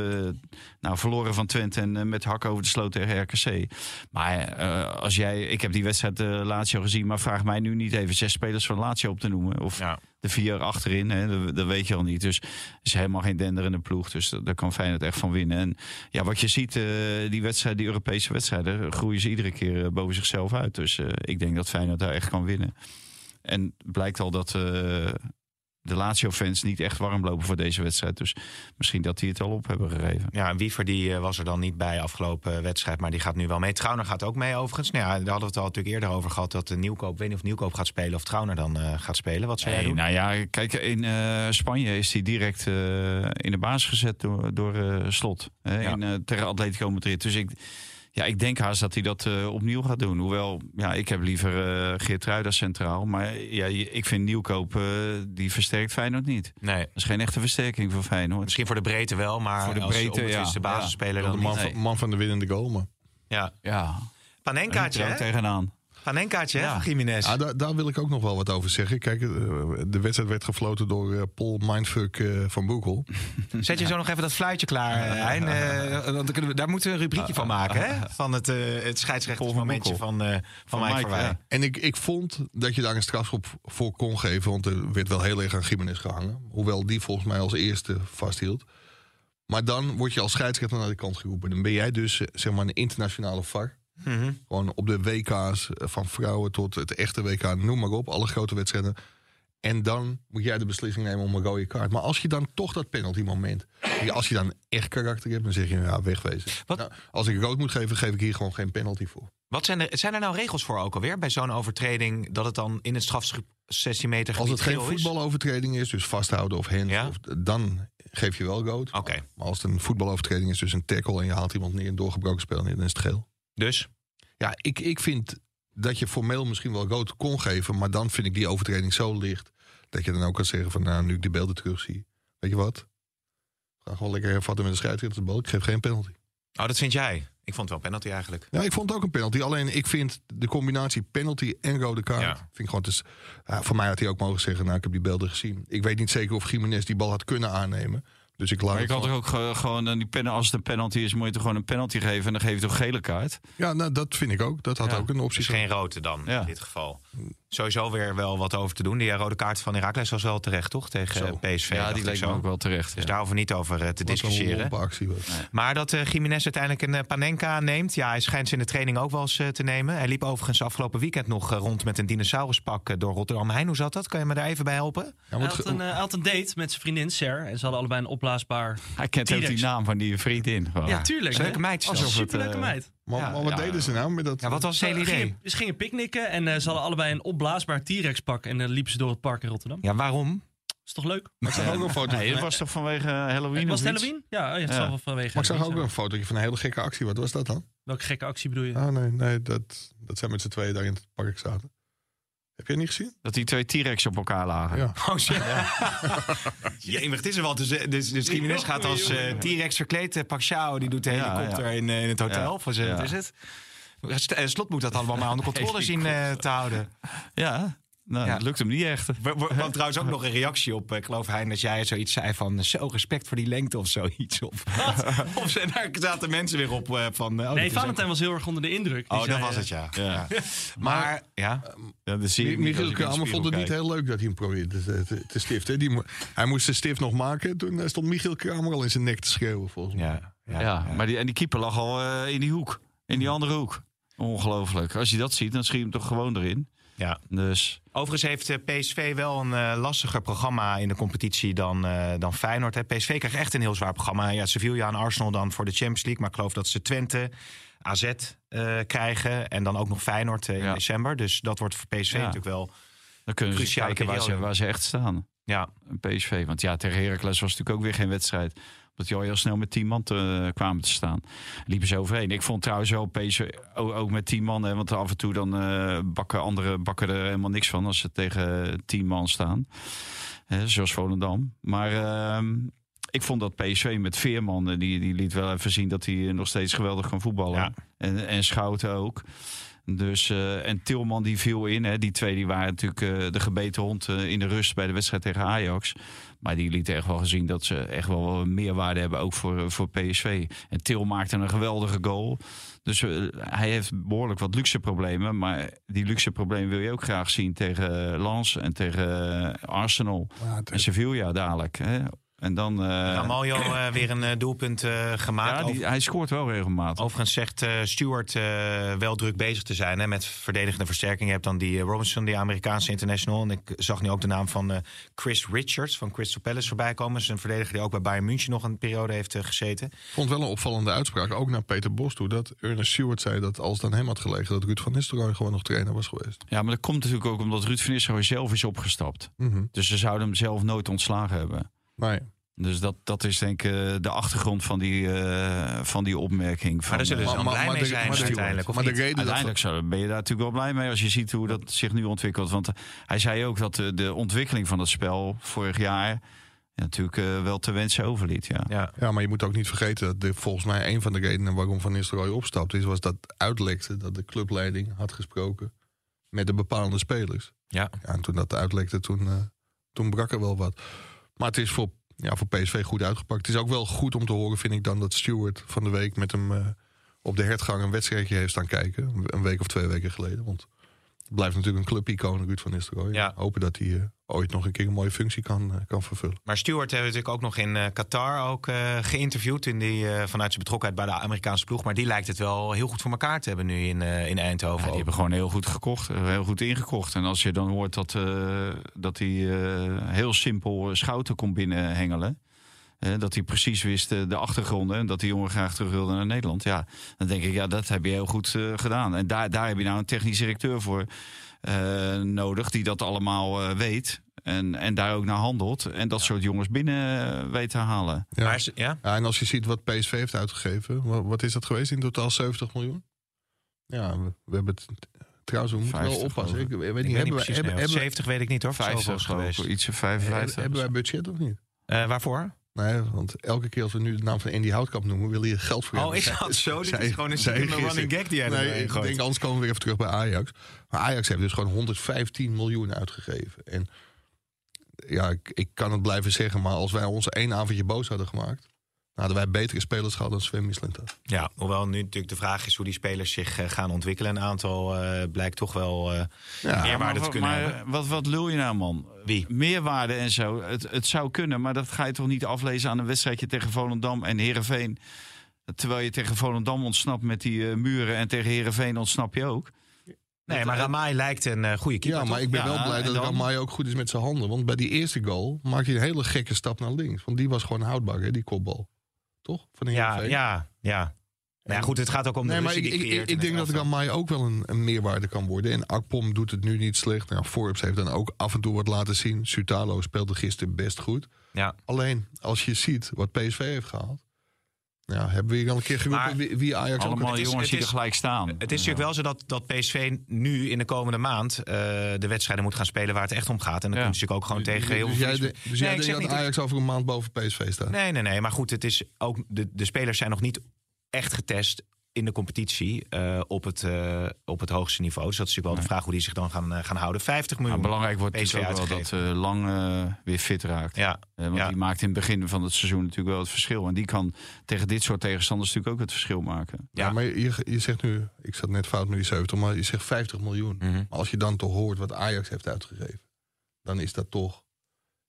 Speaker 5: nou, verloren van Twente en eh, met hak over de sloot tegen RKC. Maar eh, als jij, ik heb die wedstrijd eh Lazio gezien, maar vraag mij nu niet even zes spelers van Lazio op te noemen. Of
Speaker 3: Ja.
Speaker 5: de vier achterin, hè, dat, dat weet je al niet. Dus het is helemaal geen denderende ploeg, dus da- daar kan Feyenoord echt van winnen. En ja, wat je ziet, eh, die, wedstrijd, die Europese wedstrijden, groeien ze iedere keer eh, boven zichzelf uit. Dus eh, ik denk dat Feyenoord daar echt kan winnen. En blijkt al dat eh, de Lazio-fans niet echt warm lopen voor deze wedstrijd. Dus misschien dat die het al op hebben gegeven.
Speaker 3: Ja, en Wiever die eh, was er dan niet bij afgelopen eh, wedstrijd, maar die gaat nu wel mee. Trauner gaat ook mee overigens. Nou ja, daar hadden we het al natuurlijk eerder over gehad dat de Nieuwkoop, ik weet niet of Nieuwkoop gaat spelen of Trauner dan eh, gaat spelen. Wat zou jij
Speaker 5: Nee,
Speaker 3: doen?
Speaker 5: nou ja, kijk, in eh, Spanje is hij direct eh, in de baas gezet door, door eh, Slot. Hè,
Speaker 3: Ja.
Speaker 5: in, eh, tegen Atletico Madrid. Dus ik, ja, ik denk haast dat hij dat eh, opnieuw gaat doen. Hoewel, ja, ik heb liever eh Geert centraal. Maar ja, je- ik vind Nieuwkoop, eh, die versterkt Feyenoord niet. Dat
Speaker 3: nou, Nee.
Speaker 5: is geen echte versterking voor Feyenoord.
Speaker 3: Misschien voor de breedte wel, maar
Speaker 5: Voor de
Speaker 3: als
Speaker 5: breedte,
Speaker 3: om het
Speaker 5: ja.
Speaker 3: is de
Speaker 4: Wel
Speaker 3: basisspeler dan
Speaker 4: de man,
Speaker 3: niet.
Speaker 5: nee.
Speaker 4: van, man van de winnende goal, maar...
Speaker 3: Ja.
Speaker 5: Ja,
Speaker 3: Panenkaatje,
Speaker 5: daar moet je ook
Speaker 3: hè?
Speaker 5: tegenaan.
Speaker 3: Panenkaatje, hè,
Speaker 5: Ja.
Speaker 3: van Jiménez.
Speaker 4: Ah, daar, daar wil ik ook nog wel wat over zeggen. Kijk, eh, de wedstrijd werd gefloten door eh, Paul Mindfuck eh, van Boekel.
Speaker 3: Zet je zo nog even dat fluitje klaar, eh, Hein? Eh, want dan kunnen we, daar moeten we een rubriekje van maken, hè? [laughs] Van het, eh het scheidsrechtersmomentje
Speaker 5: Boekel.
Speaker 3: van, eh van, Mike
Speaker 5: Mike,
Speaker 3: Verwij.
Speaker 5: ja.
Speaker 4: En ik, ik vond dat je daar een strafschop voor kon geven. Want er werd wel heel erg aan Gimenez gehangen. Hoewel die volgens mij als eerste vasthield. Maar dan word je als scheidsrechter naar de kant geroepen. Dan ben jij dus eh, zeg maar een internationale VAR. Gewoon op de WK's eh, van vrouwen tot het echte WK, noem maar op. Alle grote wedstrijden. En dan moet jij de beslissing nemen om een rode kaart. Maar als je dan toch dat penalty moment... Als je dan echt karakter hebt, dan zeg je ja, wegwezen.
Speaker 3: Wat-
Speaker 4: Nou, als ik rood moet geven, geef ik hier gewoon geen penalty voor.
Speaker 3: Wat zijn er, zijn er nou regels voor ook alweer bij zo'n overtreding dat het dan in het strafschop 16 meter
Speaker 4: Als het
Speaker 3: gebied
Speaker 4: geen
Speaker 3: geel is?
Speaker 4: voetbalovertreding is, dus vasthouden of hands,
Speaker 3: Ja.
Speaker 4: of, dan geef je wel rood.
Speaker 3: Oké,
Speaker 4: Maar als het een voetbalovertreding is, dus een tackle en je haalt iemand neer, een doorgebroken spel neer, dan is het geel.
Speaker 3: dus
Speaker 4: Ja, ik, ik vind dat je formeel misschien wel rood kon geven, maar dan vind ik die overtreding zo licht dat je dan ook kan zeggen van, nou, nu ik de beelden terugzie, weet je wat? We gaan gewoon lekker hervatten met de scheidsrechter de bal. Ik geef geen penalty.
Speaker 3: Oh, dat vind jij? Ik vond het wel penalty eigenlijk.
Speaker 4: Ja, ik vond het ook een penalty. Alleen ik vind de combinatie penalty en rode kaart.
Speaker 3: Ja.
Speaker 4: Vind ik gewoon, dus, voor mij had hij ook mogen zeggen: Nou, ik heb die beelden gezien. Ik weet niet zeker of Jiménez die bal had kunnen aannemen. Dus ik laat
Speaker 5: Maar je
Speaker 4: het
Speaker 5: kan toch
Speaker 4: gewoon-
Speaker 5: ook ge- gewoon, eh, die pen, als het een penalty is, moet je toch gewoon een penalty geven. En dan geef je toch gele kaart.
Speaker 4: Ja, nou, dat vind ik ook. Dat had
Speaker 5: Ja.
Speaker 4: ook een optie.
Speaker 3: Dus geen rode dan
Speaker 5: Ja.
Speaker 3: in dit geval. Sowieso weer wel wat over te doen. Die eh, rode kaart van Herakles was wel terecht, toch? Tegen
Speaker 4: Zo.
Speaker 3: eh, PSV.
Speaker 5: ja,
Speaker 3: dacht
Speaker 5: die
Speaker 3: ik
Speaker 5: leek
Speaker 3: zo.
Speaker 5: me ook wel terecht.
Speaker 3: Dus
Speaker 5: ja.
Speaker 3: daar hoeven we niet over eh, te
Speaker 4: Wat een
Speaker 3: discussiëren.
Speaker 4: lompe actie was.
Speaker 3: Maar dat eh Jiménez uiteindelijk een eh, Panenka neemt. Ja, hij schijnt ze in de training ook wel eens eh, te nemen. Hij liep overigens afgelopen weekend nog eh, rond met een dinosauruspak eh, door Rotterdam. Hein, hoe zat dat? Kan je me daar even bij helpen?
Speaker 4: Ja,
Speaker 9: Hij
Speaker 4: want
Speaker 9: had,
Speaker 4: ge-
Speaker 9: een, eh, hij had een date met zijn vriendin Ser. En ze hadden allebei een opblaasbaar...
Speaker 5: Hij kent ook die
Speaker 9: T-Rex.
Speaker 5: naam van die vriendin. gewoon.
Speaker 9: Ja, tuurlijk.
Speaker 3: Leuke meid
Speaker 9: Als een
Speaker 3: zelfs.
Speaker 9: superleuke
Speaker 5: eh,
Speaker 9: meid.
Speaker 4: maar,
Speaker 3: ja,
Speaker 4: maar wat
Speaker 5: ja.
Speaker 4: deden ze nou met dat?
Speaker 3: Ja, wat was het hele
Speaker 9: Ze
Speaker 3: idee?
Speaker 9: gingen, ze gingen picknicken en eh, ze hadden allebei een opblaasbaar T-Rex pak. En dan liepen ze door het park in Rotterdam.
Speaker 3: Ja, waarom?
Speaker 9: Is toch leuk?
Speaker 4: Maar ik zag ook een foto.
Speaker 5: Nee, het was toch vanwege eh, Halloween?
Speaker 9: was het
Speaker 5: of iets?
Speaker 9: Halloween? Ja, oh ja, het
Speaker 5: Ja.
Speaker 9: zal wel vanwege
Speaker 4: Maar ik zag ook
Speaker 9: Halloween
Speaker 4: een fotootje van een hele gekke actie. Wat was dat dan?
Speaker 9: zijn. Welke gekke actie bedoel je?
Speaker 4: Ah, nee, nee dat, dat zijn met z'n tweeën daar in het park zaten. Heb jij niet gezien?
Speaker 5: Dat die twee T-Rex op elkaar lagen.
Speaker 4: Ja.
Speaker 3: Oh, shit. [laughs] Jemig, het is er wat. Dus, eh, dus, dus Jiménez gaat als eh, T-Rex verkleed. eh, Pacquiao, die doet de
Speaker 5: Ja,
Speaker 3: helikopter In, eh, in het hotel.
Speaker 5: Ja,
Speaker 3: Voor zijn,
Speaker 5: ja.
Speaker 3: wat is het? St- eh, Slot moet dat allemaal maar onder [laughs] controle zien eh, te houden.
Speaker 5: Ja, nou,
Speaker 3: Ja.
Speaker 5: dat lukt hem niet echt.
Speaker 3: We- we- Want trouwens ook nog een reactie op. eh, Ik geloof Hein dat jij zoiets zei van zo respect voor die lengte of zoiets. [laughs] Of, of ze- daar zaten mensen weer op eh, van. eh, oh, dit
Speaker 9: nee,
Speaker 3: is
Speaker 9: Valentijn was heel erg onder de indruk. Die
Speaker 3: ook- Oh, dat
Speaker 9: zei,
Speaker 3: was
Speaker 9: eh,
Speaker 3: het ja.
Speaker 5: Ja.
Speaker 3: Maar ja,
Speaker 5: Ja, dat zie ik niet als
Speaker 4: Michiel
Speaker 5: ik in de
Speaker 4: Kramer vond
Speaker 5: spiegel
Speaker 4: het niet
Speaker 5: kijk.
Speaker 4: heel leuk dat hij hem probeerde te, te, te stiften. Die, mo- hij moest de stift nog maken. Toen eh, stond Michiel Kramer al in zijn nek te schreeuwen, volgens mij.
Speaker 3: ja, ja,
Speaker 5: Ja, maar die, en die keeper lag al eh, in die hoek. In die andere hoek. Ongelooflijk. Als je dat ziet, dan schiet je hem toch gewoon erin.
Speaker 3: ja.
Speaker 5: Dus
Speaker 3: Overigens heeft eh, PSV wel een eh, lastiger programma in de competitie dan, eh, dan Feyenoord. Hè. PSV krijgt echt een heel zwaar programma. Ja, Sevilla en Arsenal dan voor de Champions League. Maar ik geloof dat ze Twente, AZ eh, krijgen. En dan ook nog Feyenoord eh, in
Speaker 5: Ja.
Speaker 3: december. Dus dat wordt voor PSV
Speaker 5: Ja.
Speaker 3: natuurlijk wel...
Speaker 5: dan kunnen ze
Speaker 3: Cruciale
Speaker 5: kijken waar ze,
Speaker 3: periode.
Speaker 5: waar ze echt staan.
Speaker 3: Ja,
Speaker 5: Een PSV. Want ja, tegen Heracles was natuurlijk ook weer geen wedstrijd. Omdat die al heel snel met tien man te- kwamen te staan. Liepen ze overheen. Ik vond trouwens wel PSV ook, ook met tien man. Hè, want af en toe dan eh, bakken andere bakken er helemaal niks van. Als ze tegen tien man staan. Hè, zoals Volendam. Maar ehm, ik vond dat PSV met Veerman. eh, Die, die liet wel even zien dat hij nog steeds geweldig kan voetballen.
Speaker 3: Ja.
Speaker 5: En, en Schouten ook. Dus, eh, en Tilman die viel in. Hè. Die twee die waren natuurlijk eh, de gebeten hond eh, in de rust bij de wedstrijd tegen Ajax. Maar die lieten echt wel gezien dat ze echt wel een meerwaarde hebben. Ook voor, eh, voor PSV. En Til maakte een geweldige goal. Dus eh, hij heeft behoorlijk wat luxe problemen. Maar die luxe problemen wil je ook graag zien tegen Lans en tegen eh, Arsenal.
Speaker 4: Maar het-
Speaker 5: En Sevilla dadelijk. Hè. En dan... eh,
Speaker 3: Ramaljo eh, weer een eh, doelpunt eh, gemaakt.
Speaker 5: ja, die, hij scoort wel regelmatig.
Speaker 3: Overigens zegt eh Stewart eh, wel druk bezig te zijn hè, met verdedigende versterking. Je hebt dan die eh, Robinson, die Amerikaanse international. En ik zag nu ook de naam van eh, Chris Richards van Crystal Palace voorbij komen. Dat is een verdediger die ook bij Bayern München nog een periode heeft eh, gezeten.
Speaker 4: vond wel een opvallende uitspraak, ook naar Peter Bos toe... dat Ernest Stewart zei dat als het aan hem had gelegen... dat Ruud van Nistelrooy gewoon nog trainer was geweest.
Speaker 5: Ja, maar dat komt natuurlijk ook omdat Ruud van Nistelrooy zelf is opgestapt.
Speaker 4: Mhm.
Speaker 5: Dus ze zouden hem zelf nooit ontslagen hebben.
Speaker 4: Maar ja.
Speaker 5: Dus dat, dat is denk ik eh, de achtergrond van die, eh, van die opmerking. Van, eh,
Speaker 3: Maar daar zullen ze
Speaker 4: Maar-
Speaker 3: dan
Speaker 4: maar-
Speaker 3: blij
Speaker 4: maar
Speaker 3: mee
Speaker 4: de-
Speaker 3: zijn
Speaker 4: maar de-
Speaker 3: uiteindelijk. Of
Speaker 4: maar de
Speaker 3: niet?
Speaker 4: reden dat-
Speaker 5: Uiteindelijk zou, ben je daar natuurlijk wel blij mee als je ziet hoe dat zich nu ontwikkelt. Want eh, hij zei ook dat de, de ontwikkeling van het spel vorig jaar ja, natuurlijk eh, wel te wensen overliet. Ja.
Speaker 3: ja.
Speaker 4: Ja, maar je moet ook niet vergeten dat de, volgens mij een van de redenen waarom Van Nistelrooy opstapte is was dat uitlekte dat de clubleiding had gesproken met de bepalende spelers.
Speaker 3: Ja.
Speaker 4: en toen dat uitlekte, toen, eh, toen brak er wel wat. Maar het is voor, ja, voor PSV goed uitgepakt. Het is ook wel goed om te horen, vind ik dan, dat Stewart van de week met hem eh, op de hertgang een wedstrijdje heeft staan kijken. Een week of twee weken geleden. Want het blijft natuurlijk een clubicoon, Ruud van Nistelrooy.
Speaker 3: Ja.
Speaker 4: Hopen dat hij eh, ooit nog een keer een mooie functie kan, eh, kan vervullen.
Speaker 3: Maar Stewart hebben we natuurlijk ook nog in eh, Qatar ook, eh, geïnterviewd. In die, eh, vanuit zijn betrokkenheid bij de Amerikaanse ploeg. Maar die lijkt het wel heel goed voor elkaar te hebben nu in, eh, in
Speaker 5: Ja,
Speaker 3: Eindhoven.
Speaker 5: die
Speaker 3: ook.
Speaker 5: hebben gewoon heel goed gekocht, eh, heel goed ingekocht. En als je dan hoort dat, eh, dat hij eh, heel simpel eh, schouten kon binnenhengelen. eh, dat hij precies wist eh, de achtergronden en dat die jongen graag terug wilde naar Nederland. Ja, dan denk ik, ja, dat heb je heel goed eh, gedaan. En daar, daar heb je nou een technisch directeur voor eh, nodig, die dat allemaal eh, weet. En, en daar ook naar handelt. En dat soort jongens binnen eh, weet te halen.
Speaker 4: Ja.
Speaker 3: Maar ze- ja?
Speaker 4: Ja, en als je ziet wat PSV heeft uitgegeven, wa- wat, is dat geweest in totaal 70 miljoen? Ja, we, we hebben het. Trouwens, we moeten
Speaker 5: 50
Speaker 4: wel oppassen. Ik,
Speaker 5: geloof
Speaker 4: ik eh, weet
Speaker 3: Ik
Speaker 4: niet,
Speaker 3: weet niet
Speaker 4: hebben, we,
Speaker 3: precies,
Speaker 4: hebben,
Speaker 3: nee, want
Speaker 4: hebben,
Speaker 3: 70 weet ik niet hoor. of het zoveel is
Speaker 5: 50 geloof ik,
Speaker 3: geweest.
Speaker 5: iets van
Speaker 4: hebben,
Speaker 5: 55.
Speaker 4: Eh, hebben wij budget of niet?
Speaker 3: Eh, waarvoor?
Speaker 4: Nee, want elke keer als we nu de naam van Andy Houtkamp noemen, wil je geld voor
Speaker 3: Oh,
Speaker 4: hebben.
Speaker 3: is
Speaker 4: Zij-
Speaker 3: dat zo? Dit
Speaker 4: zij-
Speaker 3: is gewoon een
Speaker 4: zij
Speaker 3: stiekem een
Speaker 4: gisteren-
Speaker 3: running gag die jij
Speaker 4: Nee,
Speaker 3: erbij
Speaker 4: ik
Speaker 3: gooit.
Speaker 4: denk, anders komen we weer even terug bij Ajax. Maar Ajax heeft dus gewoon 115 miljoen uitgegeven. En ja, ik, ik kan het blijven zeggen, maar als wij ons één avondje boos hadden gemaakt, dan hadden wij betere spelers gehad dan Sven Mislintat.
Speaker 3: Ja, hoewel nu natuurlijk de vraag is hoe die spelers zich eh, gaan ontwikkelen. Een aantal eh, blijkt toch wel eh
Speaker 4: Ja,
Speaker 3: meerwaarde
Speaker 5: maar
Speaker 3: te kunnen
Speaker 5: wat- maar
Speaker 3: hebben.
Speaker 5: Wat, wat lul je nou, man?
Speaker 3: Wie?
Speaker 5: Meerwaarde en zo. Het, het zou kunnen, maar dat ga je toch niet aflezen aan een wedstrijdje tegen Volendam en Herenveen. Terwijl je tegen Volendam ontsnapt met die eh, muren en tegen Herenveen ontsnap je ook. eh,
Speaker 3: Nee, maar Ramai lijkt een eh, goede keeper.
Speaker 4: Ja, maar
Speaker 3: toch?
Speaker 4: ik ben
Speaker 5: Ja,
Speaker 4: wel blij
Speaker 5: en
Speaker 4: dat
Speaker 5: dan?
Speaker 4: Ramai ook goed is met zijn handen. Want bij die eerste goal maakte hij een hele gekke stap naar links. Want die was gewoon houdbaar, hè, die kopbal. Toch? Van de
Speaker 3: Ja,
Speaker 4: Heerenveen.
Speaker 3: ja, ja. Nou ja, goed, het gaat ook om de
Speaker 4: Nee, maar
Speaker 3: ruzie
Speaker 4: ik,
Speaker 3: die
Speaker 4: ik, ik,
Speaker 3: creëert in
Speaker 4: ik denk
Speaker 3: het
Speaker 4: dat
Speaker 3: elftal.
Speaker 4: Ramai ook wel een, een meerwaarde kan worden. En Akpom doet het nu niet slecht. Nou, Forbes heeft dan ook af en toe wat laten zien. Sutalo speelde gisteren best goed.
Speaker 3: Ja.
Speaker 4: Alleen, als je ziet wat PSV heeft gehaald. Nou, hebben we hier al een keer geroepen
Speaker 3: Maar
Speaker 4: wie, wie Ajax ook...
Speaker 5: Allemaal
Speaker 3: het is-
Speaker 5: jongens
Speaker 3: het
Speaker 5: die
Speaker 3: is-
Speaker 5: er gelijk staan.
Speaker 3: Het is natuurlijk wel zo dat, dat PSV nu in de komende maand eh, de wedstrijden moet gaan spelen waar het echt om gaat. En dan
Speaker 5: Ja.
Speaker 3: komt ze natuurlijk ook gewoon tegen heel
Speaker 4: Dus
Speaker 3: veel.
Speaker 4: jij, de-
Speaker 3: verlies- nee,
Speaker 4: dus jij
Speaker 3: ik zeg
Speaker 4: denkt
Speaker 3: niet
Speaker 4: dat Ajax over een maand boven PSV staat?
Speaker 3: Nee, nee, nee. Maar goed, het is ook, de, de spelers zijn nog niet echt getest in de competitie eh, op, het, eh, op het hoogste niveau. Dus dat is natuurlijk wel de vraag hoe die zich dan gaan, eh, gaan houden. 50
Speaker 5: Maar
Speaker 3: miljoen.
Speaker 5: Nou, belangrijk wordt
Speaker 3: PSV
Speaker 5: natuurlijk ook wel dat eh, Lang eh, weer fit raakt.
Speaker 3: ja,
Speaker 5: Eh, want
Speaker 3: ja.
Speaker 5: die maakt in het begin van het seizoen natuurlijk wel het verschil. En die kan tegen dit soort tegenstanders natuurlijk ook het verschil maken.
Speaker 4: Ja,
Speaker 3: Ja.
Speaker 4: maar je, je zegt nu, ik zat net fout met die 70, maar je zegt 50 miljoen.
Speaker 5: Hm.
Speaker 3: Mhm.
Speaker 4: Maar als je dan toch hoort wat Ajax heeft uitgegeven, dan is dat toch.